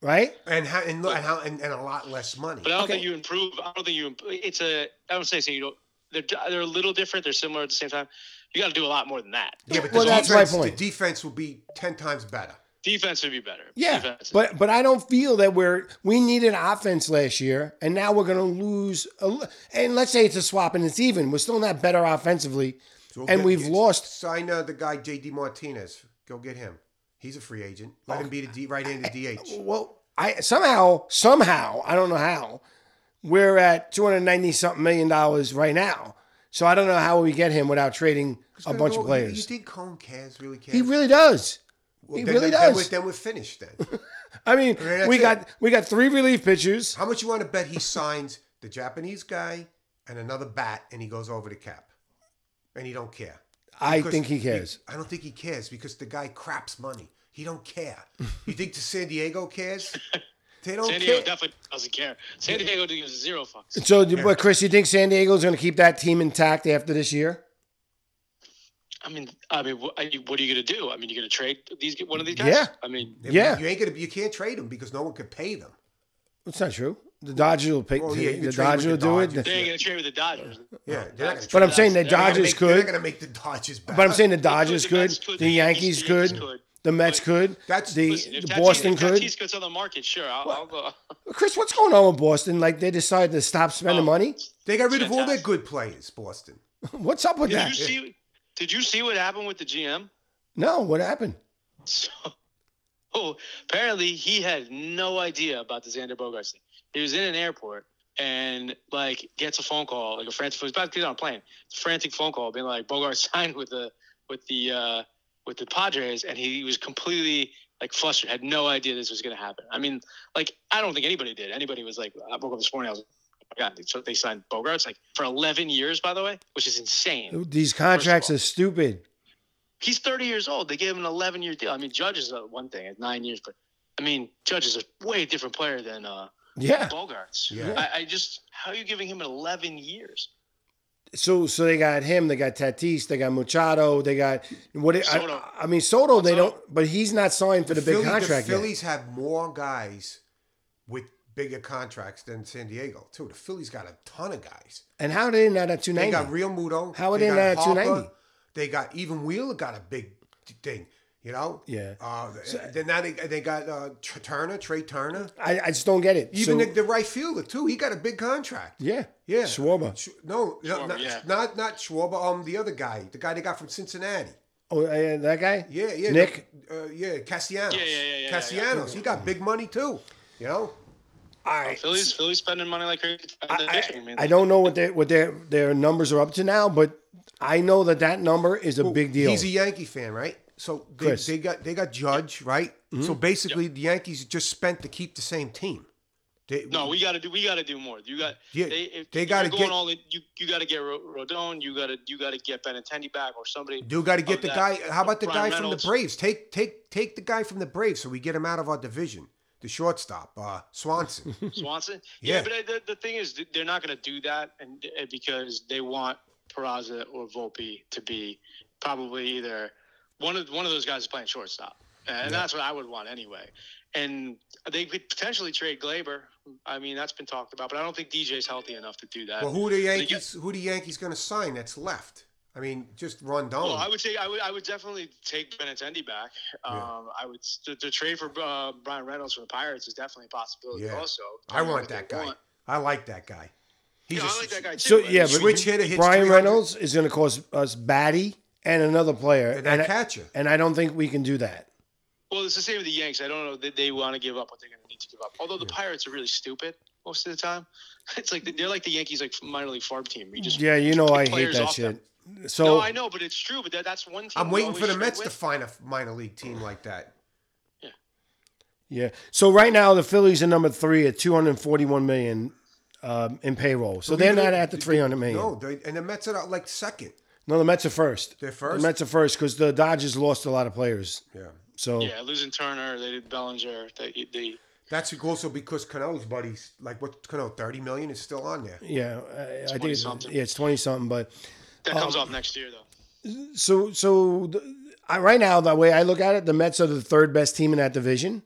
[SPEAKER 1] right?
[SPEAKER 2] and how, and, look- and, how, and and a lot less money.
[SPEAKER 3] But I don't
[SPEAKER 1] Okay.
[SPEAKER 3] think you improve. I don't think you. imp- It's a. I don't say so. You don't. They're they're a little different. They're similar at the same time. You got to do a lot more than that.
[SPEAKER 2] Yeah, but
[SPEAKER 1] Well,
[SPEAKER 2] the
[SPEAKER 1] that's my
[SPEAKER 2] defense,
[SPEAKER 1] point.
[SPEAKER 2] The defense will be 10 times better.
[SPEAKER 3] Defense would be better.
[SPEAKER 1] Yeah,
[SPEAKER 3] Defense.
[SPEAKER 1] but but I don't feel that we're we needed offense last year, and now we're gonna lose. A, l- and let's say it's a swap and it's even. We're still not better offensively,
[SPEAKER 2] So
[SPEAKER 1] and
[SPEAKER 2] get-
[SPEAKER 1] we've
[SPEAKER 2] get-
[SPEAKER 1] lost.
[SPEAKER 2] Sign uh, the guy JD Martinez. Go get him. He's a free agent. Let him be the D, right-handed DH.
[SPEAKER 1] Well, I somehow somehow I don't know how we're at 290 something million dollars right now. So I don't know how we get him without trading a bunch of
[SPEAKER 2] You,
[SPEAKER 1] players.
[SPEAKER 2] think Cone cares really cares?
[SPEAKER 1] He really does.
[SPEAKER 2] Well,
[SPEAKER 1] he
[SPEAKER 2] then-
[SPEAKER 1] really
[SPEAKER 2] then- then
[SPEAKER 1] does.
[SPEAKER 2] we're- Then we're finished. Then
[SPEAKER 1] I mean,
[SPEAKER 2] that's
[SPEAKER 1] we
[SPEAKER 2] it.
[SPEAKER 1] got we got three relief pitchers.
[SPEAKER 2] how much you want to bet he signs the Japanese guy and another bat, and he goes over the cap, and he don't care.
[SPEAKER 1] I
[SPEAKER 2] Because
[SPEAKER 1] think he cares.
[SPEAKER 2] I don't think he cares because the guy craps money. He don't care. You think the San Diego cares? They don't
[SPEAKER 3] San Diego
[SPEAKER 2] care.
[SPEAKER 3] definitely doesn't care. San Diego gives zero fucks.
[SPEAKER 1] So, do- but Chris, you think San Diego's going to keep that team intact after this year?
[SPEAKER 3] I mean, I mean, what, what are you going to do? I mean, you're going to trade these one of these guys?
[SPEAKER 1] Yeah.
[SPEAKER 3] I mean,
[SPEAKER 1] Yeah.
[SPEAKER 2] You ain't gonna. You can't trade them because no one could pay them.
[SPEAKER 1] That's not true. The Dodgers will pick.
[SPEAKER 2] Well, Oh, yeah, you
[SPEAKER 1] the
[SPEAKER 2] could trade
[SPEAKER 1] Dodgers will
[SPEAKER 2] with the
[SPEAKER 1] do it.
[SPEAKER 2] Dodgers.
[SPEAKER 3] they ain't going to trade with the Dodgers.
[SPEAKER 2] Yeah, they're not gonna
[SPEAKER 1] But
[SPEAKER 2] trade
[SPEAKER 1] I'm saying the
[SPEAKER 3] They're not gonna
[SPEAKER 1] Dodgers
[SPEAKER 2] make, They're not
[SPEAKER 1] could.
[SPEAKER 2] gonna make the Dodgers back.
[SPEAKER 1] But I'm saying the
[SPEAKER 3] Dodgers
[SPEAKER 1] Dodgers
[SPEAKER 3] could,
[SPEAKER 1] could.
[SPEAKER 3] the Mets could,
[SPEAKER 1] The
[SPEAKER 3] the
[SPEAKER 1] Yankees
[SPEAKER 3] Yankees
[SPEAKER 1] could.
[SPEAKER 3] could.
[SPEAKER 1] The Mets
[SPEAKER 3] But-
[SPEAKER 1] could.
[SPEAKER 2] That's-
[SPEAKER 1] The
[SPEAKER 2] listen,
[SPEAKER 3] If
[SPEAKER 1] the
[SPEAKER 3] Tatis,
[SPEAKER 1] Boston
[SPEAKER 3] if
[SPEAKER 1] could.
[SPEAKER 3] Tatis goes on the market, sure. I'll, I'll go.
[SPEAKER 1] Chris, what's going on with Boston? Like they decided to stop spending
[SPEAKER 3] Oh.
[SPEAKER 1] money.
[SPEAKER 2] they got rid of all their
[SPEAKER 3] Fantastic.
[SPEAKER 2] good players. Boston.
[SPEAKER 1] What's up with
[SPEAKER 3] Did
[SPEAKER 1] that?
[SPEAKER 3] you see? Did you see what happened with the GM?
[SPEAKER 1] No, what happened?
[SPEAKER 3] So, oh, apparently he had no idea about the Xander Bogarts thing. He was in an airport and like gets a phone call, like a frantic. He was about to get on a plane. Frantic phone call, being like Bogart signed with the with the uh, with the Padres, and he was completely like flustered, had no idea this was going to happen. I mean, like I don't think anybody did. Anybody was like, I woke up this morning, I was. like, "Oh my God, they- so they signed Bogarts like for 11 years, by the way, which is insane.
[SPEAKER 1] These contracts
[SPEAKER 3] all-
[SPEAKER 1] are stupid.
[SPEAKER 3] He's 30 years old. They gave him an 11 year deal. I mean, Judge is uh, one thing, it's nine years, but I mean, Judge is a way different player than uh,
[SPEAKER 1] Yeah.
[SPEAKER 3] Bogarts.
[SPEAKER 2] Yeah.
[SPEAKER 3] I, I just, how are you giving him 11 years?
[SPEAKER 1] So so they got him. They got Tatis. They got Machado. They got what? I-
[SPEAKER 3] Soto.
[SPEAKER 1] I, I mean Soto. They don't. But he's not signed for the, big
[SPEAKER 2] Philly-
[SPEAKER 1] contract
[SPEAKER 2] The
[SPEAKER 1] yet.
[SPEAKER 2] Phillies have more guys with bigger contracts than San Diego too. The Phillies got a ton of guys.
[SPEAKER 1] And how they not at two
[SPEAKER 2] They
[SPEAKER 1] ninety?
[SPEAKER 2] got Real Muto.
[SPEAKER 1] How are
[SPEAKER 2] they
[SPEAKER 1] they
[SPEAKER 2] got
[SPEAKER 1] not at 290?
[SPEAKER 2] Harper, They got even Wheeler got a big thing. You know.
[SPEAKER 1] Yeah.
[SPEAKER 2] Uh, then now they, they got uh, Tr- Turner, Trey Turner.
[SPEAKER 1] I, I just don't get it.
[SPEAKER 2] Even
[SPEAKER 1] So-
[SPEAKER 2] the, the right fielder too. He got a big contract.
[SPEAKER 1] yeah,
[SPEAKER 2] Yeah.
[SPEAKER 1] Schwarber.
[SPEAKER 2] Sh- no, no,
[SPEAKER 3] Schwarber,
[SPEAKER 2] not,
[SPEAKER 3] yeah.
[SPEAKER 2] not not Schwarber. Um, the other guy, the guy they got from Cincinnati.
[SPEAKER 1] Oh, uh, that guy.
[SPEAKER 2] Yeah, yeah.
[SPEAKER 1] Nick.
[SPEAKER 2] the- uh, yeah, Castellanos.
[SPEAKER 3] Yeah, yeah, yeah, yeah, yeah,
[SPEAKER 2] Castellanos. He got big money too. You know.
[SPEAKER 1] All right.
[SPEAKER 3] Philly's, Philly's spending money like crazy.
[SPEAKER 1] I, I don't know what their what their their numbers are up to now, but I know that that number is a big deal.
[SPEAKER 2] He's a Yankee fan, right? So they,
[SPEAKER 1] Chris.
[SPEAKER 2] they got they got Judge, right? So basically, the Yankees just spent to keep the same team. They,
[SPEAKER 3] No, we got to do. We got to do more. You got.
[SPEAKER 2] Yeah,
[SPEAKER 3] they, if
[SPEAKER 2] they
[SPEAKER 3] you're
[SPEAKER 2] gotta
[SPEAKER 3] going
[SPEAKER 2] get-
[SPEAKER 3] all in. You, you got to get Ro- Rodon. You got to you got to get Benintendi back or somebody.
[SPEAKER 2] do got to get
[SPEAKER 3] of
[SPEAKER 2] the
[SPEAKER 3] that.
[SPEAKER 2] guy. How about the
[SPEAKER 3] Brian
[SPEAKER 2] guy
[SPEAKER 3] Reynolds.
[SPEAKER 2] from the Braves? Take take take the guy from the Braves, so we get him out of our division. The shortstop, uh, Swanson.
[SPEAKER 3] Swanson.
[SPEAKER 2] Yeah.
[SPEAKER 3] Yeah, but uh, the, the thing is, they're not going to do that, and and because they want Peraza or Volpe to be probably either one of one of those guys is playing shortstop, and that's what I would want anyway. And they could potentially trade Glaber. I mean, that's been talked about, but I don't think DJ's healthy enough to do that.
[SPEAKER 2] well, who the Yankees? Who the Yankees going to sign? That's left. I mean, just Rondon.
[SPEAKER 3] Well, I would say I would I would definitely take Benintendi back. Um, I would the, the trade for uh, Brian Reynolds from the Pirates is definitely a possibility.
[SPEAKER 2] Yeah.
[SPEAKER 3] Also,
[SPEAKER 2] I want
[SPEAKER 3] Depending on
[SPEAKER 2] that
[SPEAKER 3] what
[SPEAKER 2] guy.
[SPEAKER 3] they want.
[SPEAKER 2] I like that guy. He's
[SPEAKER 3] Yeah,
[SPEAKER 2] a-
[SPEAKER 3] I like that guy too.
[SPEAKER 1] so
[SPEAKER 3] but
[SPEAKER 1] yeah, but
[SPEAKER 2] Switch hitter hits
[SPEAKER 1] Brian
[SPEAKER 2] 300.
[SPEAKER 1] Reynolds is going to cost us Batty and another player,
[SPEAKER 2] And
[SPEAKER 1] and
[SPEAKER 2] that
[SPEAKER 1] I,
[SPEAKER 2] catcher.
[SPEAKER 1] and I don't think we can do that.
[SPEAKER 3] Well, it's the same with the Yanks. I don't know that they want to give up what they're going to need to give up. Although the Pirates are really stupid most of the time. It's like they're like the Yankees, like minor league farm team. You just
[SPEAKER 1] Yeah, you know I hate
[SPEAKER 3] players
[SPEAKER 1] that
[SPEAKER 3] off
[SPEAKER 1] shit.
[SPEAKER 3] them.
[SPEAKER 1] So
[SPEAKER 3] no, I know, but it's true. But that, that's one team.
[SPEAKER 2] I'm
[SPEAKER 3] we
[SPEAKER 2] waiting for
[SPEAKER 3] always
[SPEAKER 2] the Mets
[SPEAKER 3] trade
[SPEAKER 2] to
[SPEAKER 3] with.
[SPEAKER 2] find a minor league team like that.
[SPEAKER 1] yeah, so right now the Phillies are number three at two hundred forty-one million um, in payroll. So they're
[SPEAKER 2] even
[SPEAKER 1] not
[SPEAKER 2] if-
[SPEAKER 1] at the three hundred million.
[SPEAKER 2] No, they, and the Mets are like second.
[SPEAKER 1] No, the Mets are first.
[SPEAKER 2] They're first?
[SPEAKER 1] The Mets are first because the Dodgers lost a lot of players.
[SPEAKER 2] Yeah.
[SPEAKER 1] So
[SPEAKER 3] Yeah, losing Turner, they did Bellinger. They, they
[SPEAKER 2] That's also because Cano's buddies, like what Cano, thirty million is still on there.
[SPEAKER 1] yeah, I- I think
[SPEAKER 3] 20-something.
[SPEAKER 1] yeah it's twenty something. But
[SPEAKER 3] that
[SPEAKER 2] Oh.
[SPEAKER 3] comes off next year though.
[SPEAKER 1] so so the, I, right now the way I look at it, the Mets are the third best team in that division,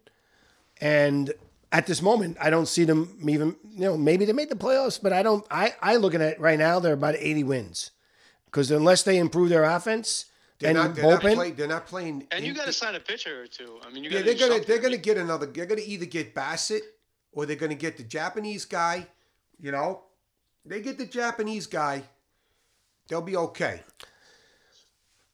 [SPEAKER 1] and at this moment I don't see them even. You know, maybe they made the playoffs, but I don't. I I looking at it right now they're about eighty wins because unless they improve their offense
[SPEAKER 2] They're
[SPEAKER 1] and
[SPEAKER 2] not. They're not,
[SPEAKER 1] bullpen,
[SPEAKER 2] play, they're not playing.
[SPEAKER 3] And you got to sign a pitcher or two. I mean, you
[SPEAKER 2] Yeah,
[SPEAKER 3] got to.
[SPEAKER 2] they're gonna. They're gonna get another. They're gonna either get Bassett or they're gonna get the Japanese guy. You know, they get the Japanese guy. They'll be okay.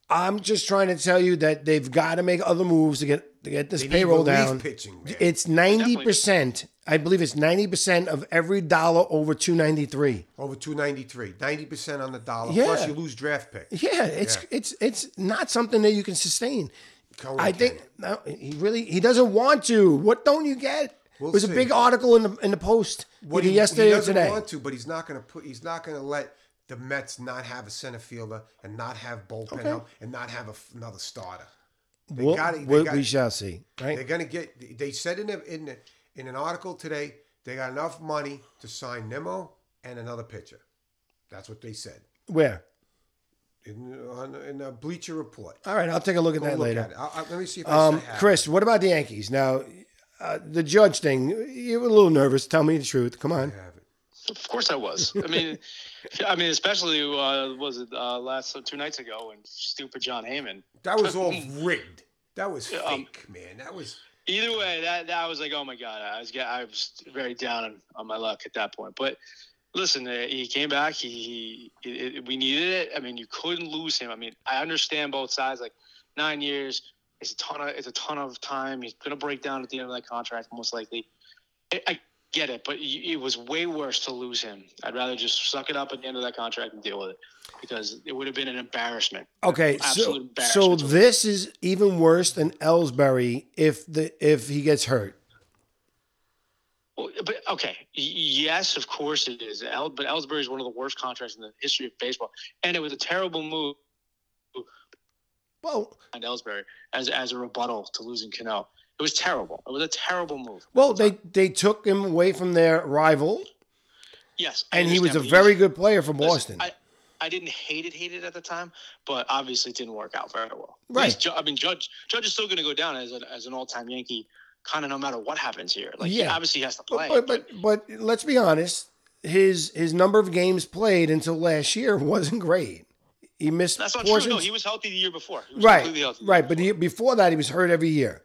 [SPEAKER 1] I'm just trying to tell you that they've got to make other moves to get to get this
[SPEAKER 2] They need
[SPEAKER 1] payroll
[SPEAKER 2] relief
[SPEAKER 1] down.
[SPEAKER 2] pitching, man.
[SPEAKER 1] It's ninety percent. I believe it's ninety percent of every dollar over two ninety three.
[SPEAKER 2] Over 293, 90% on the dollar.
[SPEAKER 1] Yeah.
[SPEAKER 2] Plus, you lose draft pick.
[SPEAKER 1] Yeah, it's it's it's not something that you can sustain.
[SPEAKER 2] Cohen
[SPEAKER 1] I think no, he really he doesn't want to. What don't you get?
[SPEAKER 2] We'll
[SPEAKER 1] There's a
[SPEAKER 2] see.
[SPEAKER 1] big article in the in the post
[SPEAKER 2] What
[SPEAKER 1] either yesterday
[SPEAKER 2] he
[SPEAKER 1] or
[SPEAKER 2] doesn't
[SPEAKER 1] today.
[SPEAKER 2] want to, but he's not going to put. He's not going to let the Mets not have a center fielder and not have bullpen help and not have a, another starter. They
[SPEAKER 1] We'll-
[SPEAKER 2] gotta- they
[SPEAKER 1] we-
[SPEAKER 2] gotta-
[SPEAKER 1] we shall see.
[SPEAKER 2] They're
[SPEAKER 1] Right?
[SPEAKER 2] going to get. They said in a, in a, in an article today they got enough money to sign Nemo and another pitcher. That's what they said
[SPEAKER 1] Where?
[SPEAKER 2] in on, in a Bleacher Report.
[SPEAKER 1] All right, I'll take a look at
[SPEAKER 2] Go
[SPEAKER 1] that
[SPEAKER 2] look
[SPEAKER 1] later.
[SPEAKER 2] at it. I, I, let me see if I
[SPEAKER 1] Um,
[SPEAKER 2] still have it.
[SPEAKER 1] Chris, what about the Yankees? Now, uh, the judge thing, you were a little nervous. Tell me the truth. Come on.
[SPEAKER 2] I have it.
[SPEAKER 3] Of course, I was. I mean, I mean, especially uh, was it uh, last two nights ago when stupid John Heyman
[SPEAKER 2] That was all rigged. That was fake,
[SPEAKER 3] um,
[SPEAKER 2] man. That was.
[SPEAKER 3] Either way, that, that I was like, oh my god, I was get- I was very down on, on my luck at that point. But listen, uh, he came back. He, he it, it- we needed it. I mean, you couldn't lose him. I mean, I understand both sides. Like nine years, it's a ton of it's a ton of time. He's gonna break down at the end of that contract, most likely. I, I get it, but y- it was way worse to lose him. I'd rather just suck it up at the end of that contract and deal with it because it would have been an embarrassment.
[SPEAKER 1] Okay, so,
[SPEAKER 3] Absolute
[SPEAKER 1] so
[SPEAKER 3] embarrassment to
[SPEAKER 1] this is even worse than Ellsbury if the if he gets hurt.
[SPEAKER 3] Well, but okay, Y- yes, of course it is. El- but Ellsbury is one of the worst contracts in the history of baseball, and it was a terrible move
[SPEAKER 1] Well,
[SPEAKER 3] on Ellsbury as as a rebuttal to losing Cano. It was terrible. It was a terrible move.
[SPEAKER 1] Well, they they took him away from their rival,
[SPEAKER 3] Yes, I
[SPEAKER 1] and he was a
[SPEAKER 3] understand, but
[SPEAKER 1] very good player for
[SPEAKER 3] Listen,
[SPEAKER 1] Boston.
[SPEAKER 3] I, I didn't hate it, hate it at the time, but obviously it didn't work out very well. At
[SPEAKER 1] Right.
[SPEAKER 3] least Ju- I mean, Judge Judge is still going to go down as, an as an all time Yankee, kind of no matter what happens here. Like, he
[SPEAKER 1] Yeah.
[SPEAKER 3] obviously has to play.
[SPEAKER 1] But, but but but let's be honest. His his number of games played until last year wasn't great. He missed
[SPEAKER 3] that's not
[SPEAKER 1] portions.
[SPEAKER 3] true. No, he was healthy the year before. He was completely
[SPEAKER 1] right,
[SPEAKER 3] healthy.
[SPEAKER 1] right. But he, before that, he was hurt every year.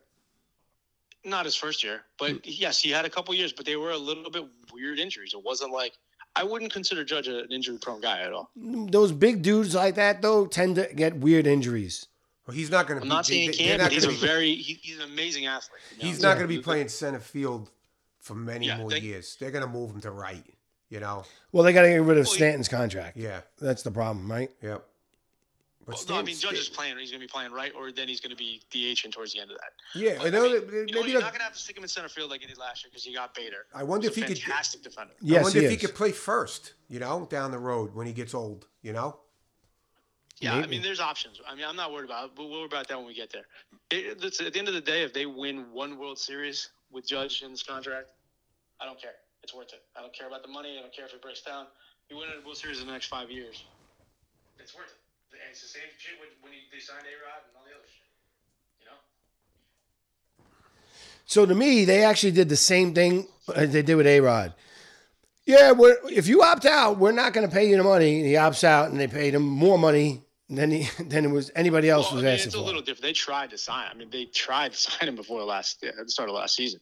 [SPEAKER 3] Not his first year,
[SPEAKER 2] Hmm.
[SPEAKER 3] but yes, he had a couple years, but they were a little bit weird injuries. It wasn't like I wouldn't consider Judge an injury prone guy at all.
[SPEAKER 1] Those big dudes like that though tend to get weird injuries.
[SPEAKER 2] Well, he's not going to
[SPEAKER 3] I'm
[SPEAKER 2] be.
[SPEAKER 3] not
[SPEAKER 2] they-
[SPEAKER 3] saying
[SPEAKER 2] they-
[SPEAKER 3] he
[SPEAKER 2] they're
[SPEAKER 3] can't,
[SPEAKER 2] not
[SPEAKER 3] but he's a
[SPEAKER 2] gonna be-
[SPEAKER 3] very he, he's an amazing athlete. you know?
[SPEAKER 2] He's not going to be playing center field for many
[SPEAKER 3] Yeah,
[SPEAKER 2] more
[SPEAKER 3] they-
[SPEAKER 2] years. They're going to move him to right. You know.
[SPEAKER 1] Well, they got to get rid of
[SPEAKER 3] Well, he-
[SPEAKER 1] Stanton's contract.
[SPEAKER 2] Yeah.
[SPEAKER 1] That's the problem, right?
[SPEAKER 2] Yep. But
[SPEAKER 3] Well, no, I
[SPEAKER 2] Stan-
[SPEAKER 3] mean, Judge is
[SPEAKER 2] Stan-
[SPEAKER 3] playing. He's going to be playing right, or then he's going to be DHing towards the end of that.
[SPEAKER 2] Yeah, I
[SPEAKER 3] But,
[SPEAKER 2] know
[SPEAKER 3] mean,
[SPEAKER 2] that-
[SPEAKER 3] you know,
[SPEAKER 2] maybe
[SPEAKER 3] you're
[SPEAKER 2] that-
[SPEAKER 3] not going to have to stick him in center field like he did last year because he got Bader.
[SPEAKER 2] I wonder
[SPEAKER 3] He's
[SPEAKER 2] if
[SPEAKER 3] a
[SPEAKER 2] he could-
[SPEAKER 3] fantastic defender.
[SPEAKER 1] Yes,
[SPEAKER 2] I wonder
[SPEAKER 1] he
[SPEAKER 2] if he
[SPEAKER 1] is.
[SPEAKER 2] could play first. You know, down the road when he gets old. You know.
[SPEAKER 3] Yeah, I
[SPEAKER 1] Maybe.
[SPEAKER 3] mean, there's options. I mean, I'm not worried about, it, but we'll worry about that when we get there. It, it's, at the end of the day, if they win one World Series with Judge in this contract, I don't care. It's worth it. I don't care about the money. I don't care if it breaks down. You win a World Series in the next five years, it's worth it. And it's the same shit when, when you, they signed A Rod and all the other shit. You know.
[SPEAKER 1] So to me, they actually did the same thing as they did with A Rod. Yeah, we're, if you opt out, we're not going to pay you the money. And he opts out, and they paid him more money than he, than it was anybody else
[SPEAKER 3] Well,
[SPEAKER 1] was
[SPEAKER 3] I mean,
[SPEAKER 1] asking
[SPEAKER 3] it's
[SPEAKER 1] for.
[SPEAKER 3] a little different. They tried to sign. I mean, they tried to sign him before last yeah, the start of last season.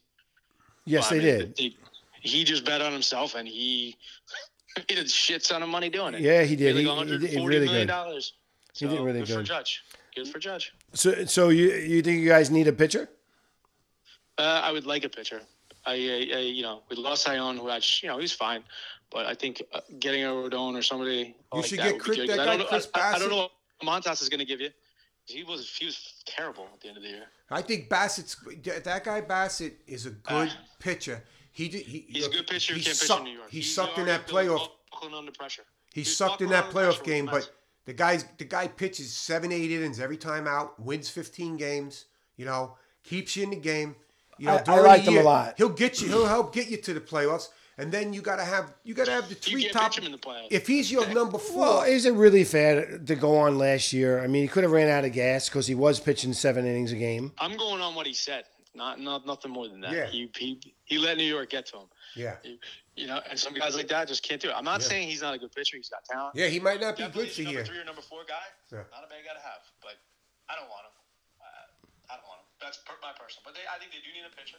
[SPEAKER 1] yes,
[SPEAKER 3] I
[SPEAKER 1] they
[SPEAKER 3] mean,
[SPEAKER 1] did.
[SPEAKER 3] they- he just bet on himself, and he he did a shit ton of money doing it.
[SPEAKER 1] Yeah, he did.
[SPEAKER 3] Made
[SPEAKER 1] He,
[SPEAKER 3] like
[SPEAKER 1] he did he
[SPEAKER 3] $140
[SPEAKER 1] really
[SPEAKER 3] million
[SPEAKER 1] good.
[SPEAKER 3] dollars.
[SPEAKER 1] He did
[SPEAKER 3] So,
[SPEAKER 1] really
[SPEAKER 3] good, for
[SPEAKER 1] good.
[SPEAKER 3] Judge. Good for Judge.
[SPEAKER 1] So, so you you think you guys need a pitcher?
[SPEAKER 3] Uh, I would like a pitcher. I, I, I you know, we lost Ion, who I, sh- you know, he's fine, but I think uh, getting a Rodon or somebody.
[SPEAKER 2] You
[SPEAKER 3] like
[SPEAKER 2] should
[SPEAKER 3] that
[SPEAKER 2] get
[SPEAKER 3] would be
[SPEAKER 2] Chris-
[SPEAKER 3] good,
[SPEAKER 2] that
[SPEAKER 3] 'cause I
[SPEAKER 2] guy
[SPEAKER 3] don't know-
[SPEAKER 2] Chris
[SPEAKER 3] I- I, I
[SPEAKER 2] Bassett.
[SPEAKER 3] don't know what Montas is going to give you. He was he was terrible at the end of the year.
[SPEAKER 2] I think Bassett's that guy. Bassett is a good pitcher. He did. He,
[SPEAKER 3] He's a good pitcher.
[SPEAKER 2] He
[SPEAKER 3] He can't pitch
[SPEAKER 2] sucked,
[SPEAKER 3] in New York.
[SPEAKER 2] He
[SPEAKER 3] He's
[SPEAKER 2] sucked in that
[SPEAKER 3] already
[SPEAKER 2] playoff.
[SPEAKER 3] buckling under pressure.
[SPEAKER 2] He
[SPEAKER 3] He's
[SPEAKER 2] sucked in
[SPEAKER 3] buckling
[SPEAKER 2] that
[SPEAKER 3] under pressure
[SPEAKER 2] playoff
[SPEAKER 3] with
[SPEAKER 2] game,
[SPEAKER 3] Mets.
[SPEAKER 2] but the guys, the guy pitches seven, eight innings every time out, wins fifteen games. You know, keeps you in the game. You know,
[SPEAKER 1] I- I
[SPEAKER 2] during the
[SPEAKER 1] liked him a
[SPEAKER 2] year,
[SPEAKER 1] lot.
[SPEAKER 2] He'll get you. He'll help get you to the playoffs, and then you gotta have you gotta have the
[SPEAKER 3] you
[SPEAKER 2] three
[SPEAKER 3] can't
[SPEAKER 2] top.
[SPEAKER 3] pitch him in the playoffs.
[SPEAKER 2] If he's your number four,
[SPEAKER 1] Well, is it really fair to go on last year? I mean, he could have ran out of gas because he was pitching seven innings a game.
[SPEAKER 3] I'm going on what he said. Not not nothing more than that.
[SPEAKER 2] Yeah.
[SPEAKER 3] He, he he let New York get to him.
[SPEAKER 2] yeah,
[SPEAKER 3] You, you know, and some guys like that just can't do it. I'm not saying he's not a good pitcher. He's got talent.
[SPEAKER 2] yeah, he might not be
[SPEAKER 3] Definitely
[SPEAKER 2] good
[SPEAKER 3] he's
[SPEAKER 2] for
[SPEAKER 3] number
[SPEAKER 2] you.
[SPEAKER 3] three or number four guy.
[SPEAKER 2] Yeah.
[SPEAKER 3] Not a bad guy to have. But I don't want him. Uh, I don't want him. That's per- my personal. But they, I think they do need a pitcher.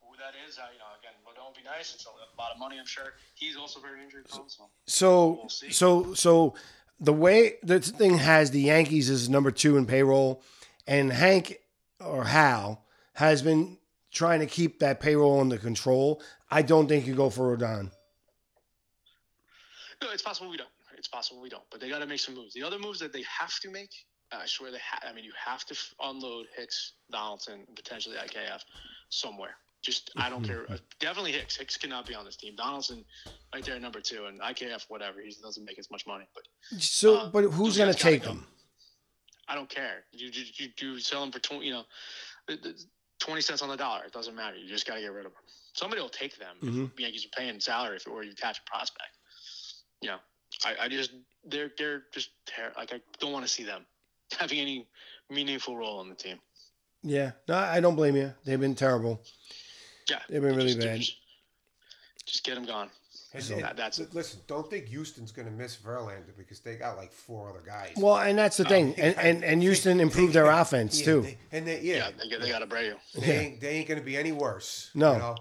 [SPEAKER 3] Who that is, I, you know, again, but don't be nice. It's a lot of money, I'm sure. He's also very injury prone. So.
[SPEAKER 1] So
[SPEAKER 3] see.
[SPEAKER 1] so so the way this thing has the Yankees is number two in payroll, and Hank or Hal has been trying to keep that payroll under control. I don't think you go for Rodon.
[SPEAKER 3] No, it's possible we don't. It's possible we don't. But they got to make some moves. The other moves that they have to make, uh, I swear they. Ha- I mean, you have to f- unload Hicks, Donaldson, and potentially IKF somewhere. Just I don't care. Uh, Definitely Hicks. Hicks cannot be on this team. Donaldson, right there, at number two, and IKF, whatever. He doesn't make as much money, but
[SPEAKER 1] So,
[SPEAKER 3] Uh,
[SPEAKER 1] but who's
[SPEAKER 3] those
[SPEAKER 1] going
[SPEAKER 3] guys
[SPEAKER 1] to
[SPEAKER 3] gotta
[SPEAKER 1] take
[SPEAKER 3] go.
[SPEAKER 1] them?
[SPEAKER 3] I don't care. You you, you, you sell them for twenty. You know, th- th- twenty cents on the dollar. It doesn't matter. You just got to get rid of them. Somebody will take them.
[SPEAKER 2] Mm-hmm.
[SPEAKER 1] Mhm.
[SPEAKER 3] If Yankees are paying salary for, or you attach a prospect. You know, I, I just they're they're just ter- like I don't want to see them having any meaningful role on the team.
[SPEAKER 1] Yeah, no, I don't blame you. They've been terrible.
[SPEAKER 3] Yeah,
[SPEAKER 1] They've been really
[SPEAKER 3] just,
[SPEAKER 1] bad.
[SPEAKER 3] Just, just get them gone.
[SPEAKER 2] And-
[SPEAKER 3] So
[SPEAKER 2] and
[SPEAKER 3] that- that's
[SPEAKER 2] li- listen. Don't think Houston's going to miss Verlander because they got like four other guys.
[SPEAKER 1] Well, and that's the thing. And and, and Houston improved their offense
[SPEAKER 2] Yeah,
[SPEAKER 1] too.
[SPEAKER 2] they- and they,
[SPEAKER 3] Yeah,
[SPEAKER 2] yeah,
[SPEAKER 3] they, got- they got Abreu.
[SPEAKER 2] they, ain't they ain't going to be any worse.
[SPEAKER 1] No.
[SPEAKER 2] you know?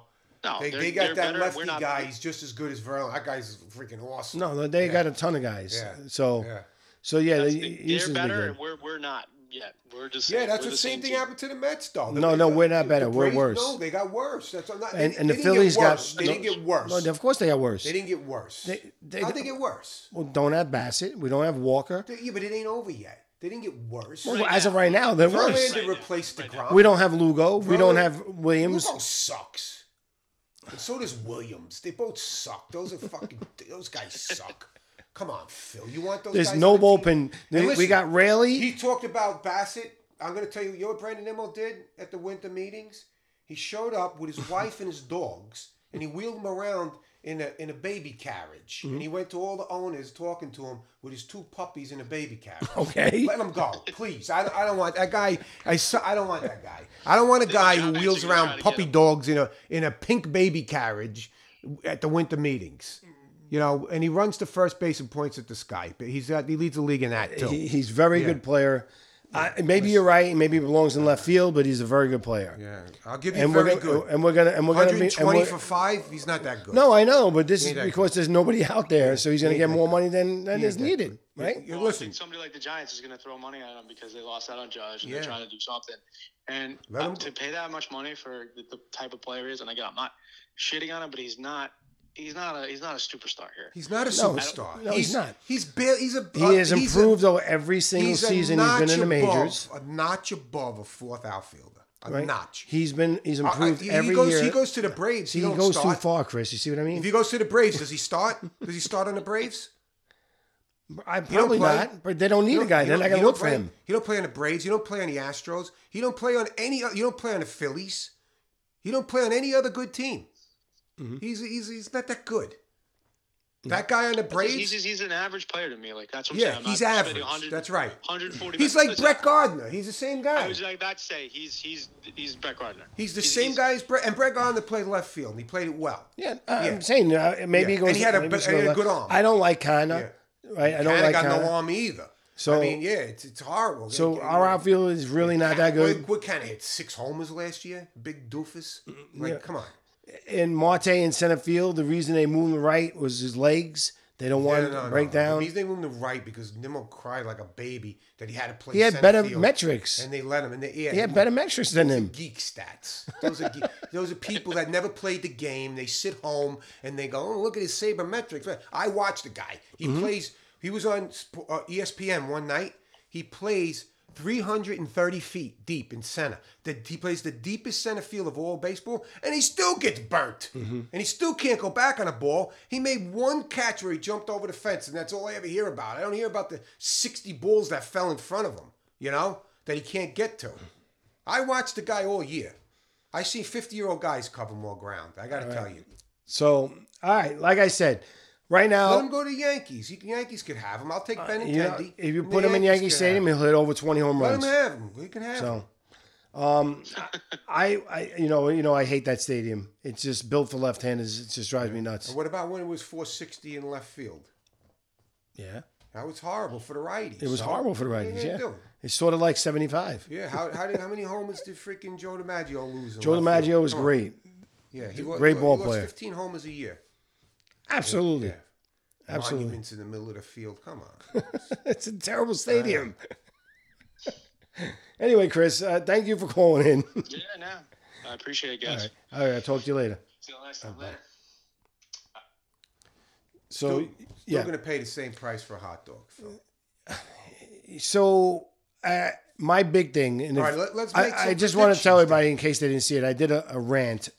[SPEAKER 3] No,
[SPEAKER 2] they,
[SPEAKER 3] they're-
[SPEAKER 2] they got
[SPEAKER 3] they're
[SPEAKER 2] that
[SPEAKER 3] better.
[SPEAKER 2] lefty
[SPEAKER 3] We're not-
[SPEAKER 2] guy. He's just as good as Verlander. That guy's freaking awesome.
[SPEAKER 1] no, no, they
[SPEAKER 2] Yeah.
[SPEAKER 1] got a ton of guys.
[SPEAKER 2] Yeah.
[SPEAKER 1] So
[SPEAKER 2] Yeah,
[SPEAKER 1] so yeah, they,
[SPEAKER 3] That's- They're
[SPEAKER 1] Houston's been
[SPEAKER 3] better,
[SPEAKER 1] good.
[SPEAKER 3] and we're we're not yet. We're just
[SPEAKER 2] yeah. That's
[SPEAKER 3] we're
[SPEAKER 2] the, same, thing
[SPEAKER 3] team.
[SPEAKER 2] happened to the Mets, though.
[SPEAKER 1] No,
[SPEAKER 2] They-
[SPEAKER 1] no,
[SPEAKER 2] the-
[SPEAKER 1] we're not
[SPEAKER 2] the
[SPEAKER 1] better. We're
[SPEAKER 2] Braves-
[SPEAKER 1] worse.
[SPEAKER 2] No, they got worse. That's I'm not. they-
[SPEAKER 1] And- and
[SPEAKER 2] they
[SPEAKER 1] the
[SPEAKER 2] didn't get
[SPEAKER 1] Phillies got-
[SPEAKER 2] worse. They didn't get worse.
[SPEAKER 1] No, of course they got worse.
[SPEAKER 2] They didn't get worse.
[SPEAKER 1] They- they-
[SPEAKER 2] How'd they get worse?
[SPEAKER 1] Well, don't have Bassett. We don't have Walker.
[SPEAKER 2] They- Yeah, but it ain't over yet. They didn't get worse.
[SPEAKER 1] Well,
[SPEAKER 2] Verlander
[SPEAKER 1] as of right now, they're worse.
[SPEAKER 3] Right now,
[SPEAKER 2] replaced
[SPEAKER 3] right
[SPEAKER 2] Degrom.
[SPEAKER 1] We don't have Lugo. We don't
[SPEAKER 2] Verlander-
[SPEAKER 1] have Williams.
[SPEAKER 2] Lugo sucks. And so does Williams. They both suck. Those are fucking. those guys suck. Come on, Phil. You want those?
[SPEAKER 1] There's
[SPEAKER 2] guys
[SPEAKER 1] no
[SPEAKER 2] on the team?
[SPEAKER 1] bullpen.
[SPEAKER 2] And
[SPEAKER 1] We- we
[SPEAKER 2] listen,
[SPEAKER 1] got Rayleigh.
[SPEAKER 2] He talked about Bassett. I'm going to tell you, you know what Brandon Nimmo did at the winter meetings? He showed up with his wife and his dogs, and he wheeled them around in a in a baby carriage.
[SPEAKER 1] Mm-hmm.
[SPEAKER 2] And he went to all the owners talking to him with his two puppies in a baby carriage.
[SPEAKER 1] Okay.
[SPEAKER 2] Let him go, please. I, I don't want that guy. I, so- I don't want that guy. I don't want a guy who
[SPEAKER 3] John
[SPEAKER 2] wheels
[SPEAKER 3] Mexican trying
[SPEAKER 2] around
[SPEAKER 3] to get
[SPEAKER 2] puppy
[SPEAKER 3] him.
[SPEAKER 2] dogs in a in a pink baby carriage at the winter meetings. You know, and he runs to first base and points at the sky. But he's got, he leads the league in that too.
[SPEAKER 1] He, he's a very good player. I, maybe you're right. Maybe he belongs in left field, but he's a very good player.
[SPEAKER 2] yeah, I'll give you
[SPEAKER 1] And we're
[SPEAKER 2] very
[SPEAKER 1] gonna,
[SPEAKER 2] good.
[SPEAKER 1] and we're gonna and we're gonna be and
[SPEAKER 2] 120
[SPEAKER 1] we're-
[SPEAKER 2] for five. He's not that good.
[SPEAKER 1] No, I know, but this is
[SPEAKER 2] ain't that
[SPEAKER 1] because there's nobody out there, so he's going to get more money than than is
[SPEAKER 2] that
[SPEAKER 1] needed,
[SPEAKER 2] good.
[SPEAKER 1] right?
[SPEAKER 2] You-
[SPEAKER 3] Well, I
[SPEAKER 2] listen,
[SPEAKER 3] think somebody like the Giants is going to throw money at him because they lost out on Judge and
[SPEAKER 2] Yeah.
[SPEAKER 3] they're trying to do something. And
[SPEAKER 2] Let
[SPEAKER 3] uh,
[SPEAKER 2] him-
[SPEAKER 3] to pay that much money for the, the type of player he is, and again, I'm not shitting on him, but he's not. He's not a. He's not a superstar here.
[SPEAKER 2] he's not a
[SPEAKER 1] No,
[SPEAKER 2] superstar.
[SPEAKER 1] no, he's not.
[SPEAKER 2] He's ba- he's a uh,
[SPEAKER 1] He has
[SPEAKER 2] he's a-
[SPEAKER 1] improved over every single
[SPEAKER 2] he's a
[SPEAKER 1] season he's been in the
[SPEAKER 2] notch
[SPEAKER 1] majors.
[SPEAKER 2] above- a notch above a fourth outfielder. A
[SPEAKER 1] Right?
[SPEAKER 2] notch.
[SPEAKER 1] He's been he's
[SPEAKER 2] I- I-
[SPEAKER 1] improved
[SPEAKER 2] Uh, he
[SPEAKER 1] every
[SPEAKER 2] goes,
[SPEAKER 1] year.
[SPEAKER 2] He goes to the Braves. He,
[SPEAKER 1] he
[SPEAKER 2] don't
[SPEAKER 1] goes
[SPEAKER 2] start.
[SPEAKER 1] too far, Chris. You see what I mean?
[SPEAKER 2] If he goes to the Braves, does he start? Does he start on the Braves?
[SPEAKER 1] I probably
[SPEAKER 2] play-
[SPEAKER 1] not, but they don't need
[SPEAKER 2] You
[SPEAKER 1] a
[SPEAKER 2] don't-
[SPEAKER 1] guy.
[SPEAKER 2] you
[SPEAKER 1] They're
[SPEAKER 2] don't-
[SPEAKER 1] not
[SPEAKER 2] you
[SPEAKER 1] going to
[SPEAKER 2] don't
[SPEAKER 1] look for
[SPEAKER 2] play-
[SPEAKER 1] him.
[SPEAKER 2] You don't play on the Braves. You don't play on the Astros. You don't play on any. o- You don't play on the Phillies. You don't play on any other good team.
[SPEAKER 1] Mm-hmm.
[SPEAKER 2] He's, he's he's not that good. That guy on the
[SPEAKER 3] He's,
[SPEAKER 2] Braves.
[SPEAKER 3] just, he's an average player to me. Like that's what I'm
[SPEAKER 2] Yeah,
[SPEAKER 3] saying. I'm
[SPEAKER 2] he's
[SPEAKER 3] not spending
[SPEAKER 2] average.
[SPEAKER 3] 100
[SPEAKER 2] That's right.
[SPEAKER 3] 140.
[SPEAKER 2] He's
[SPEAKER 3] minutes.
[SPEAKER 2] like
[SPEAKER 3] Listen,
[SPEAKER 2] Brett Gardner. He's the same
[SPEAKER 3] I
[SPEAKER 2] guy.
[SPEAKER 3] was like about to say he's he's he's Brett Gardner.
[SPEAKER 2] He's the same guy as Brett. And Brett Gardner played left field, and he played it well.
[SPEAKER 1] Yeah, I- I'm saying uh, maybe he
[SPEAKER 2] Yeah.
[SPEAKER 1] goes.
[SPEAKER 2] And he had a-
[SPEAKER 1] maybe
[SPEAKER 2] but-
[SPEAKER 1] should
[SPEAKER 2] and he
[SPEAKER 1] go
[SPEAKER 2] had a
[SPEAKER 1] left.
[SPEAKER 2] good arm.
[SPEAKER 1] I don't like Kana. Right, I don't
[SPEAKER 2] Kinda
[SPEAKER 1] like
[SPEAKER 2] got no
[SPEAKER 1] Kana.
[SPEAKER 2] arm either.
[SPEAKER 1] So-
[SPEAKER 2] I mean, yeah, it's it's horrible.
[SPEAKER 1] So our outfield is really not that good. Mm,
[SPEAKER 2] What, what kind of hit six homers last year? Big doofus. Like, come on.
[SPEAKER 1] And Marte in center field, the reason they moved him right was his legs. They don't want
[SPEAKER 2] No,
[SPEAKER 1] him
[SPEAKER 2] no,
[SPEAKER 1] to
[SPEAKER 2] no,
[SPEAKER 1] break
[SPEAKER 2] no.
[SPEAKER 1] down.
[SPEAKER 2] He's they moved him to right because Nimmo cried like a baby that he had to play.
[SPEAKER 1] He had
[SPEAKER 2] center
[SPEAKER 1] better
[SPEAKER 2] field,
[SPEAKER 1] metrics.
[SPEAKER 2] and they let him. And they, yeah,
[SPEAKER 1] He had better metrics than him.
[SPEAKER 2] geek stats. Those are geek, those are people that never played the game. They sit home and they go, "Oh, look at his sabermetrics." I watched the guy. He plays. He was on Sp- uh, ESPN one night. He plays 330 feet deep in center. The, he plays the deepest center field of all baseball, and he still gets burnt. And he still can't go back on a ball. He made one catch where he jumped over the fence, and that's all I ever hear about. I don't hear about the 60 balls that fell in front of him. You know that he can't get to. I watched the guy all year. I see 50 year old guys cover more ground. I got to tell you.
[SPEAKER 1] So, all right, like I said, right
[SPEAKER 2] Let him
[SPEAKER 1] now,
[SPEAKER 2] go to the Yankees. He- The Yankees could have him. I'll take Benintendi.
[SPEAKER 1] you know, Uh, if you
[SPEAKER 2] The
[SPEAKER 1] put him in
[SPEAKER 2] Yankees
[SPEAKER 1] Yankee
[SPEAKER 2] could
[SPEAKER 1] Stadium,
[SPEAKER 2] have
[SPEAKER 1] he'll hit over 20 home
[SPEAKER 2] him.
[SPEAKER 1] runs.
[SPEAKER 2] let him have him. He can have him.
[SPEAKER 1] So, um, I, I, you know, you know, I hate that stadium. It's just built for left-handers. It just drives me nuts.
[SPEAKER 2] And what about when it was 460 in left field?
[SPEAKER 1] Yeah,
[SPEAKER 2] That was horrible for the righties.
[SPEAKER 1] it was
[SPEAKER 2] so-
[SPEAKER 1] horrible for the
[SPEAKER 2] What are you
[SPEAKER 1] Rangers.
[SPEAKER 2] gonna
[SPEAKER 1] Yeah,
[SPEAKER 2] do?
[SPEAKER 1] it's sort of like 75.
[SPEAKER 2] Yeah. How, how did how many homers did freaking Joe DiMaggio lose? in
[SPEAKER 1] Joe
[SPEAKER 2] left field?
[SPEAKER 1] DiMaggio is
[SPEAKER 2] Come on.
[SPEAKER 1] great.
[SPEAKER 2] Yeah, he wa-
[SPEAKER 1] great
[SPEAKER 2] he
[SPEAKER 1] ball
[SPEAKER 2] lost
[SPEAKER 1] player.
[SPEAKER 2] 15 homers a year.
[SPEAKER 1] Absolutely, absolutely.
[SPEAKER 2] Monuments in the middle of the field. Come on.
[SPEAKER 1] It's a terrible stadium. anyway, Chris, uh, thank you for calling in.
[SPEAKER 3] Yeah, no, I appreciate it, guys.
[SPEAKER 1] all right, I'll talk to you later.
[SPEAKER 3] See you next
[SPEAKER 2] Uh,
[SPEAKER 3] time. Later.
[SPEAKER 1] So,
[SPEAKER 2] You're
[SPEAKER 1] yeah.
[SPEAKER 2] going to pay the same price for a hot dog. Phil.
[SPEAKER 1] so uh, my big thing, and
[SPEAKER 2] All
[SPEAKER 1] if-
[SPEAKER 2] right, let, let's make
[SPEAKER 1] I, I
[SPEAKER 2] some
[SPEAKER 1] just want to tell
[SPEAKER 2] predictions.
[SPEAKER 1] everybody in case they didn't see it, I did a, a rant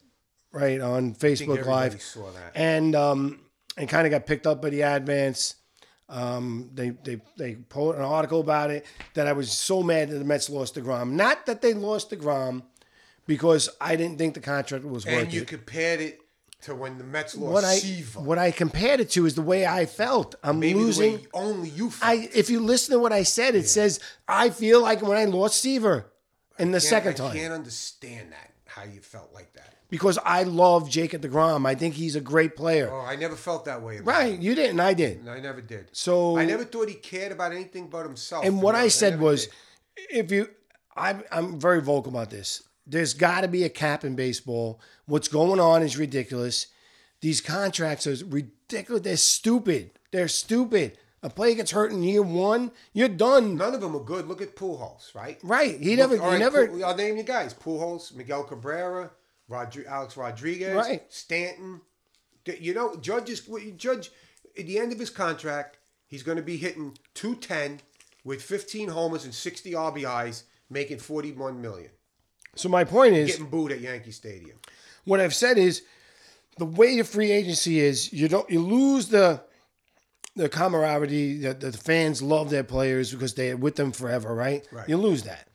[SPEAKER 1] right on
[SPEAKER 2] I think
[SPEAKER 1] Facebook
[SPEAKER 2] everybody
[SPEAKER 1] Live,
[SPEAKER 2] saw that.
[SPEAKER 1] and um, and kind of got picked up by the advance. Um, they they they put an article about it that I was so mad that the Mets lost the Grom. Not that they lost the Grom, because I didn't think the contract was worth
[SPEAKER 2] And you
[SPEAKER 1] it.
[SPEAKER 2] compared it to when the Mets lost
[SPEAKER 1] What I
[SPEAKER 2] Siva.
[SPEAKER 1] what I compared it to is the way I felt. I'm
[SPEAKER 2] Maybe
[SPEAKER 1] losing.
[SPEAKER 2] the way only you felt.
[SPEAKER 1] I if you listen to what I said, it says I feel like when I lost Seaver in the second
[SPEAKER 2] I
[SPEAKER 1] time
[SPEAKER 2] can't understand that, how you felt like that.
[SPEAKER 1] because I love Jacob Degrom. I think he's a great player.
[SPEAKER 2] Oh, I never felt that way about
[SPEAKER 1] Right,
[SPEAKER 2] him.
[SPEAKER 1] you didn't, I did.
[SPEAKER 2] No, I never did.
[SPEAKER 1] So
[SPEAKER 2] I never thought he cared about anything but himself.
[SPEAKER 1] and what
[SPEAKER 2] No,
[SPEAKER 1] I said
[SPEAKER 2] never
[SPEAKER 1] was,
[SPEAKER 2] did.
[SPEAKER 1] if you, I'm I'm very vocal about this. There's got to be a cap in baseball. What's going on is ridiculous. These contracts are ridiculous. They're stupid. They're stupid. A player gets hurt in year one, you're done.
[SPEAKER 2] none of them are good. Look at Pujols, right?
[SPEAKER 1] Right? He
[SPEAKER 2] Look,
[SPEAKER 1] never.
[SPEAKER 2] all
[SPEAKER 1] he
[SPEAKER 2] right,
[SPEAKER 1] never.
[SPEAKER 2] Pujol- I'll name you guys: Pujols, Miguel Cabrera, Rodri- Alex Rodriguez,
[SPEAKER 1] Right.
[SPEAKER 2] Stanton. D- You know, Judge is well, Judge. At the end of his contract, he's going to be hitting two ten with fifteen homers and sixty RBIs, making forty one million.
[SPEAKER 1] So my point is,
[SPEAKER 2] Getting booed at Yankee Stadium.
[SPEAKER 1] what I've said is the way to free agency is you don't you lose the the camaraderie that the fans love their players because they're with them forever, right?
[SPEAKER 2] Right.
[SPEAKER 1] You lose that.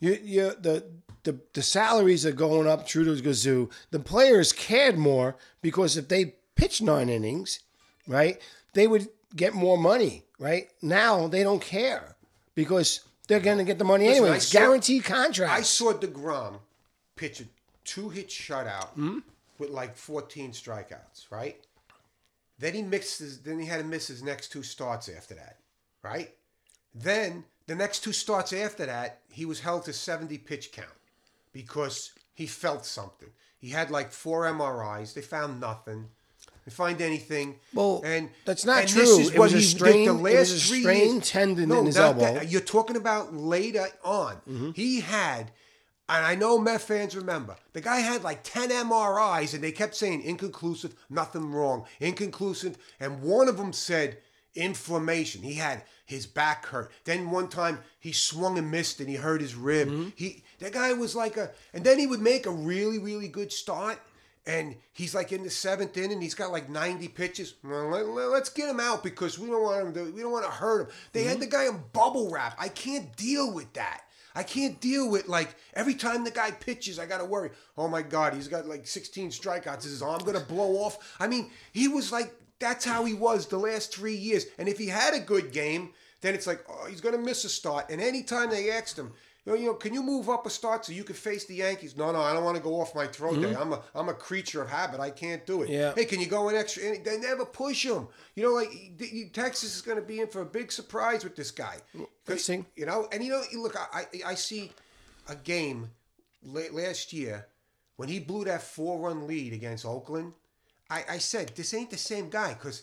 [SPEAKER 1] You you the the, the salaries are going up true to gazoo. The players cared more because if they pitched nine innings, right, they would get more money, right? Now they don't care because they're going to get the money
[SPEAKER 2] Listen,
[SPEAKER 1] anyway.
[SPEAKER 2] I
[SPEAKER 1] It's
[SPEAKER 2] saw-
[SPEAKER 1] guaranteed
[SPEAKER 2] I
[SPEAKER 1] contracts.
[SPEAKER 2] saw DeGrom pitch a two hit shutout
[SPEAKER 1] Hmm?
[SPEAKER 2] with like 14 strikeouts, right? Then he mixed his, then he had to miss his next two starts after that, right? Then the next two starts after that, he was held to 70 pitch count because he felt something. He had like four MRIs. They found nothing. They find anything.
[SPEAKER 1] Well,
[SPEAKER 2] and
[SPEAKER 1] that's not
[SPEAKER 2] and
[SPEAKER 1] true.
[SPEAKER 2] This is
[SPEAKER 1] It
[SPEAKER 2] what
[SPEAKER 1] was a
[SPEAKER 2] he
[SPEAKER 1] strained-
[SPEAKER 2] did
[SPEAKER 1] it
[SPEAKER 2] the
[SPEAKER 1] was
[SPEAKER 2] last
[SPEAKER 1] a
[SPEAKER 2] three
[SPEAKER 1] strained
[SPEAKER 2] years.
[SPEAKER 1] tendon
[SPEAKER 2] no,
[SPEAKER 1] in his
[SPEAKER 2] not
[SPEAKER 1] elbow. Mm-hmm.
[SPEAKER 2] That, you're talking about later on. He had, and I know Met fans remember, the guy had like 10 MRIs and they kept saying inconclusive, nothing wrong, inconclusive. And one of them said inflammation. He had his back hurt. Then one time he swung and missed and he hurt his rib. He That guy was like a, and then he would make a really, really good start. And he's like in the seventh inning. He's got like ninety pitches. Well, let, us get him out because we don't want him. To, we don't want to hurt him. They had the guy in bubble wrap. I can't deal with that. I can't deal with like every time the guy pitches, I gotta worry. Oh my God, he's got like sixteen strikeouts. Is his arm gonna blow off? I mean, he was like that's how he was the last three years. And if he had a good game, then it's like oh, he's gonna miss a start. And anytime they asked him, you know, you know, can you move up a start so you can face the Yankees? No, no, I don't want to go off my throat. Day. I'm a I'm a creature of habit. I can't do it.
[SPEAKER 1] Yeah.
[SPEAKER 2] Hey, can you go an extra? inning? They never push him. You know, like you- you- Texas is going to be in for a big surprise with this guy. 'Cause,
[SPEAKER 1] interesting.
[SPEAKER 2] You know, and you know, you look, I I, I see a game late last year when he blew that four run lead against Oakland. I, I said this ain't the same guy because.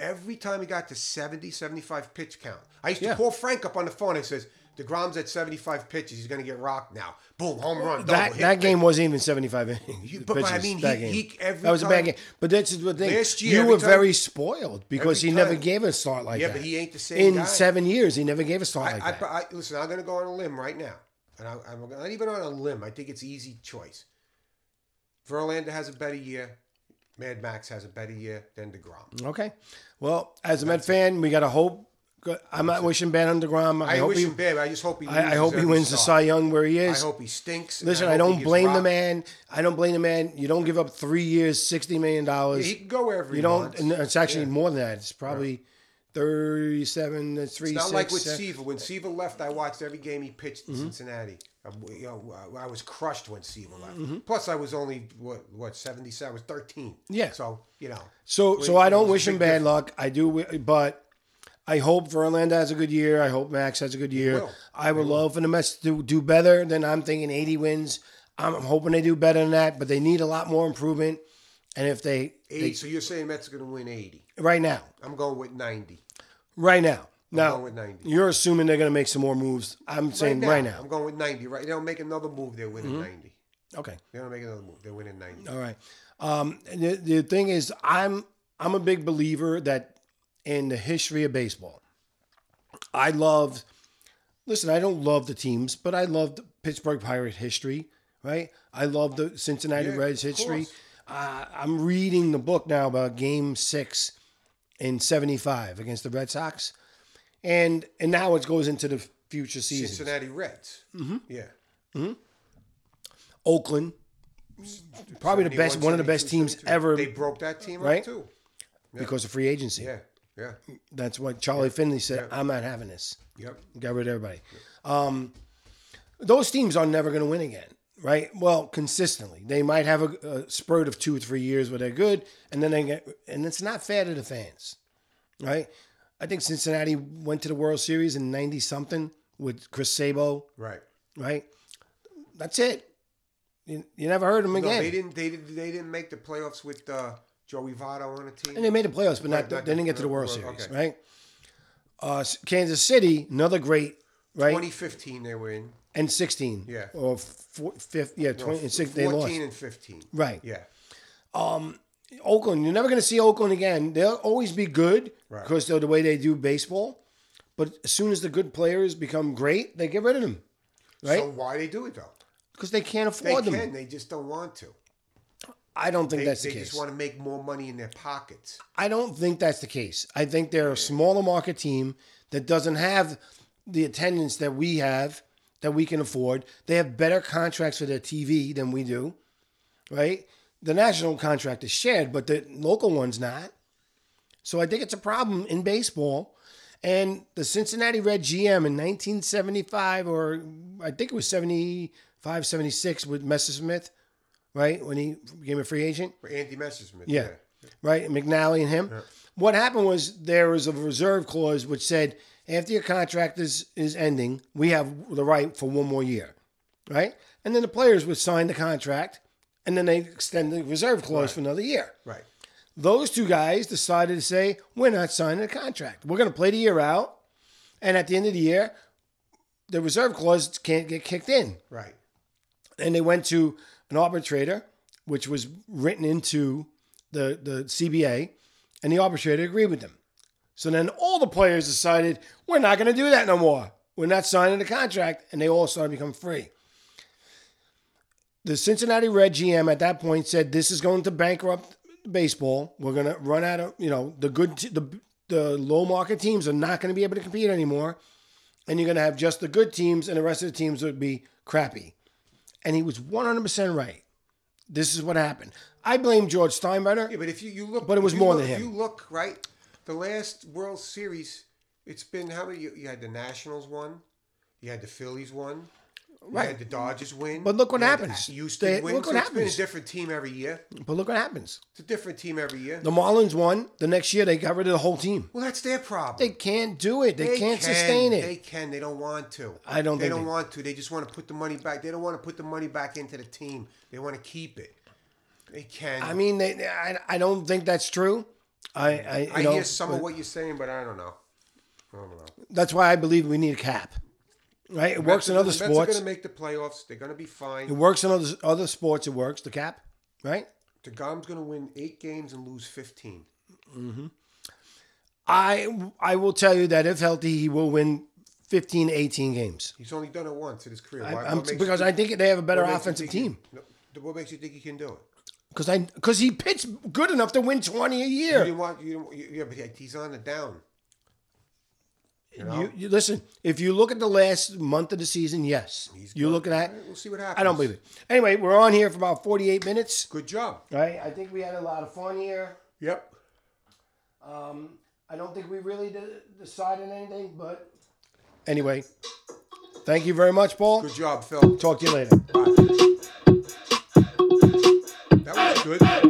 [SPEAKER 2] Every time he got to 70, 75 pitch count, I used to
[SPEAKER 1] Yeah.
[SPEAKER 2] call Frank up on the phone and says, DeGrom's at 75 pitches. He's going to get rocked now. Boom, home run. double
[SPEAKER 1] That
[SPEAKER 2] hit.
[SPEAKER 1] that game wasn't even seventy five innings.
[SPEAKER 2] You- but- but I
[SPEAKER 1] pitches,
[SPEAKER 2] mean,
[SPEAKER 1] that
[SPEAKER 2] he-
[SPEAKER 1] game.
[SPEAKER 2] he- every
[SPEAKER 1] that was a bad
[SPEAKER 2] time-
[SPEAKER 1] game. But that's the thing.
[SPEAKER 2] Last year,
[SPEAKER 1] you were
[SPEAKER 2] every time-
[SPEAKER 1] very spoiled because he
[SPEAKER 2] every
[SPEAKER 1] never
[SPEAKER 2] time.
[SPEAKER 1] gave a start like
[SPEAKER 2] Yeah,
[SPEAKER 1] that.
[SPEAKER 2] but he ain't the same
[SPEAKER 1] In
[SPEAKER 2] guy.
[SPEAKER 1] seven years, he never gave a start like
[SPEAKER 2] I,
[SPEAKER 1] that.
[SPEAKER 2] I, I, listen, I'm going to go on a limb right now. And I, I'm not even on a limb. I think it's easy choice. Verlander has a better year. Mad Max has a better year than DeGrom.
[SPEAKER 1] Okay. Well, as a Met fan, we got to hope. I'm not wishing bad on DeGrom. I,
[SPEAKER 2] I,
[SPEAKER 1] hope
[SPEAKER 2] wish
[SPEAKER 1] he.
[SPEAKER 2] him bad. but I just hope he.
[SPEAKER 1] I, I
[SPEAKER 2] loses
[SPEAKER 1] hope he
[SPEAKER 2] every
[SPEAKER 1] wins the Cy
[SPEAKER 2] start.
[SPEAKER 1] Young where he
[SPEAKER 2] I
[SPEAKER 1] is.
[SPEAKER 2] hope he stinks. and
[SPEAKER 1] Listen,
[SPEAKER 2] hope
[SPEAKER 1] I,
[SPEAKER 2] he
[SPEAKER 1] don't
[SPEAKER 2] gets
[SPEAKER 1] blame the
[SPEAKER 2] rocked.
[SPEAKER 1] man. I don't blame the man. You don't give up three years, sixty million
[SPEAKER 2] Yeah,
[SPEAKER 1] dollars.
[SPEAKER 2] He can go wherever
[SPEAKER 1] you
[SPEAKER 2] he
[SPEAKER 1] don't.
[SPEAKER 2] wants.
[SPEAKER 1] and It's actually
[SPEAKER 2] Yeah.
[SPEAKER 1] more than that. It's probably thirty-seven. That's three.
[SPEAKER 2] It's not like with
[SPEAKER 1] six, seven-
[SPEAKER 2] Seaver. When Seaver left, I watched every game he pitched
[SPEAKER 1] Mm-hmm.
[SPEAKER 2] in Cincinnati. I, you know, uh, I- I was crushed when Seaver left.
[SPEAKER 1] Mm-hmm.
[SPEAKER 2] Plus, I was only what what seventy seven. I was thirteen.
[SPEAKER 1] Yeah.
[SPEAKER 2] So you know,
[SPEAKER 1] So, so I don't
[SPEAKER 2] there's a
[SPEAKER 1] wish him
[SPEAKER 2] big
[SPEAKER 1] bad luck. I do, wi- but I hope Verlander has a good year. I hope Max has a good year.
[SPEAKER 2] will.
[SPEAKER 1] I would love for the Mets to do better than I'm thinking 80 wins. I'm hoping they do better than that, but they need a lot more improvement. And if they,
[SPEAKER 2] eighty. So you're saying Mets are going to win eighty?
[SPEAKER 1] right now,
[SPEAKER 2] I'm going with ninety.
[SPEAKER 1] right now,
[SPEAKER 2] going
[SPEAKER 1] now
[SPEAKER 2] with 90.
[SPEAKER 1] you're assuming they're going to make some more moves. I'm saying right now.
[SPEAKER 2] I'm going with ninety. Right? They don't make another move. They're winning ninety.
[SPEAKER 1] Okay.
[SPEAKER 2] They don't make another move. They're winning ninety.
[SPEAKER 1] All right. Um, the, the thing is, I'm I'm a big believer that in the history of baseball, I love. Listen, I don't love the teams, but I loved Pittsburgh Pirate history. Right, I love the Cincinnati
[SPEAKER 2] Yeah,
[SPEAKER 1] Reds
[SPEAKER 2] of
[SPEAKER 1] history.
[SPEAKER 2] course.
[SPEAKER 1] Uh, I'm reading the book now about Game Six in '75 against the Red Sox, and and now it goes into the future seasons.
[SPEAKER 2] Cincinnati Reds. Mm-hmm. Yeah.
[SPEAKER 1] Oakland, probably the best, one of the
[SPEAKER 2] 71,
[SPEAKER 1] best
[SPEAKER 2] 72,
[SPEAKER 1] teams
[SPEAKER 2] 72.
[SPEAKER 1] ever
[SPEAKER 2] They broke that team
[SPEAKER 1] Right?
[SPEAKER 2] up too.
[SPEAKER 1] because of free agency.
[SPEAKER 2] Yeah. Yeah.
[SPEAKER 1] That's what Charlie Finley said. I'm not having this.
[SPEAKER 2] Yep.
[SPEAKER 1] Got rid of everybody. Um, those teams are never going to win again, right? Well, consistently, they might have a, a spurt of two or three years where they're good, and then they get. And it's not fair to the fans, right? I think Cincinnati went to the World Series in '90 something with Chris Sabo,
[SPEAKER 2] Right.
[SPEAKER 1] right? That's it. You, you never heard of him
[SPEAKER 2] No,
[SPEAKER 1] again.
[SPEAKER 2] they didn't. They didn't. They didn't make the playoffs with uh, Joey Votto on the team.
[SPEAKER 1] And they made the playoffs, but not,
[SPEAKER 2] not
[SPEAKER 1] they
[SPEAKER 2] the-
[SPEAKER 1] didn't get to the
[SPEAKER 2] uh,
[SPEAKER 1] World
[SPEAKER 2] World-
[SPEAKER 1] Series,
[SPEAKER 2] okay.
[SPEAKER 1] right? Uh, Kansas City, another great, right?
[SPEAKER 2] 2015 they were in.
[SPEAKER 1] and 16.
[SPEAKER 2] Yeah.
[SPEAKER 1] Or four, fifth, yeah, 20 and 6 they
[SPEAKER 2] 14
[SPEAKER 1] lost.
[SPEAKER 2] and 15.
[SPEAKER 1] Right.
[SPEAKER 2] Yeah.
[SPEAKER 1] Oakland, you're never going to see Oakland again. They'll always be good
[SPEAKER 2] Right.
[SPEAKER 1] because they're the way they do baseball. But as soon as the good players become great, they get rid of them Right?
[SPEAKER 2] So why they do it though?
[SPEAKER 1] because they can't
[SPEAKER 2] They
[SPEAKER 1] afford them.
[SPEAKER 2] can. They just don't want to.
[SPEAKER 1] I don't think
[SPEAKER 2] They,
[SPEAKER 1] that's
[SPEAKER 2] they
[SPEAKER 1] the case.
[SPEAKER 2] just want to make more money in their pockets.
[SPEAKER 1] I don't think that's the case. I think they're a smaller market team that doesn't have the attendance that we have, that we can afford. They have better contracts for their TV than we do, right? The national contract is shared, but the local one's not. So I think it's a problem in baseball. And the Cincinnati Red GM in 1975, or I think it was 75, 76 with Messersmith, right? When he became a free agent
[SPEAKER 2] For Andy Messersmith.
[SPEAKER 1] Yeah. right? McNally and him. What happened was there was a reserve clause which said after your contract is is ending, we have the right for one more year, right? And then the players would sign the contract, and then they extend the reserve clause for another year.
[SPEAKER 2] Right.
[SPEAKER 1] Those two guys decided to say we're not signing a contract. We're going to play the year out, and at the end of the year, the reserve clause can't get kicked in
[SPEAKER 2] Right.
[SPEAKER 1] and they went to an arbitrator, which was written into the the CBA, and the arbitrator agreed with them. So then all the players decided we're not going to do that no more. We're not signing the contract, and they all started to become free. The Cincinnati Red GM at that point said, "This is going to bankrupt baseball. We're going to run out of you know the good t- the the low market teams are not going to be able to compete anymore, and you're going to have just the good teams, and the rest of the teams would be crappy." and he was 100% right. This is what happened. I blame George Steinbrenner.
[SPEAKER 2] Yeah, but if you, you look,
[SPEAKER 1] But it was
[SPEAKER 2] if you
[SPEAKER 1] more
[SPEAKER 2] look-
[SPEAKER 1] than
[SPEAKER 2] If
[SPEAKER 1] him.
[SPEAKER 2] you look right, the last World Series, it's been how many? You, you had the Nationals won, you had the Phillies won, right? You had the Dodgers win.
[SPEAKER 1] But look what
[SPEAKER 2] you had
[SPEAKER 1] happens.
[SPEAKER 2] the Houston
[SPEAKER 1] They-
[SPEAKER 2] win.
[SPEAKER 1] look
[SPEAKER 2] so
[SPEAKER 1] what
[SPEAKER 2] It's been a
[SPEAKER 1] happens.
[SPEAKER 2] different team every year.
[SPEAKER 1] But look what happens.
[SPEAKER 2] It's a different team every year.
[SPEAKER 1] The Marlins won. The next year, they got rid of the whole team.
[SPEAKER 2] Well, that's their problem.
[SPEAKER 1] They can't do it. They, can't
[SPEAKER 2] can.
[SPEAKER 1] sustain it.
[SPEAKER 2] They can. They don't want to.
[SPEAKER 1] I don't
[SPEAKER 2] They
[SPEAKER 1] think
[SPEAKER 2] don't
[SPEAKER 1] they-
[SPEAKER 2] want to. They just want to put the money back. They don't want to put the money back into the team. They want to keep it. They can.
[SPEAKER 1] I mean, they, I, I don't think that's true. I, I, you
[SPEAKER 2] I
[SPEAKER 1] know,
[SPEAKER 2] hear some of what you're saying, but I don't know. I don't know.
[SPEAKER 1] that's why I believe we need a cap. Right? It works in other
[SPEAKER 2] Mets are going
[SPEAKER 1] sports.
[SPEAKER 2] to make the playoffs. They're going to be
[SPEAKER 1] It
[SPEAKER 2] fine.
[SPEAKER 1] works in other other sports. It works. The cap, right?
[SPEAKER 2] Tagam's going to win eight games and lose fifteen.
[SPEAKER 1] I I will tell you that if healthy, he will win 15, 18 games.
[SPEAKER 2] He's only done it once in his career.
[SPEAKER 1] I,
[SPEAKER 2] Why-
[SPEAKER 1] I'm,
[SPEAKER 2] what makes you
[SPEAKER 1] because
[SPEAKER 2] think-
[SPEAKER 1] I think they have a better
[SPEAKER 2] what makes you
[SPEAKER 1] offensive
[SPEAKER 2] think he-
[SPEAKER 1] team.
[SPEAKER 2] No, what makes you think he can do it?
[SPEAKER 1] Because I because he pitched good enough to win twenty a
[SPEAKER 2] You
[SPEAKER 1] year.
[SPEAKER 2] didn't want. You didn't, you- yeah, but he- he's on the down. You know?
[SPEAKER 1] You, you listen. If you look at the last month of the season, yes,
[SPEAKER 2] He's
[SPEAKER 1] you
[SPEAKER 2] good.
[SPEAKER 1] look at that.
[SPEAKER 2] All right, We'll see what happens.
[SPEAKER 1] I don't believe it. Anyway, we're on here for about forty-eight minutes.
[SPEAKER 2] Good job.
[SPEAKER 1] Right. I think we had a lot of fun here.
[SPEAKER 2] Yep.
[SPEAKER 1] I don't think we really de- decided anything, but anyway, thank you very much, Paul.
[SPEAKER 2] Good job, Phil.
[SPEAKER 1] Talk to you later.
[SPEAKER 2] That was good.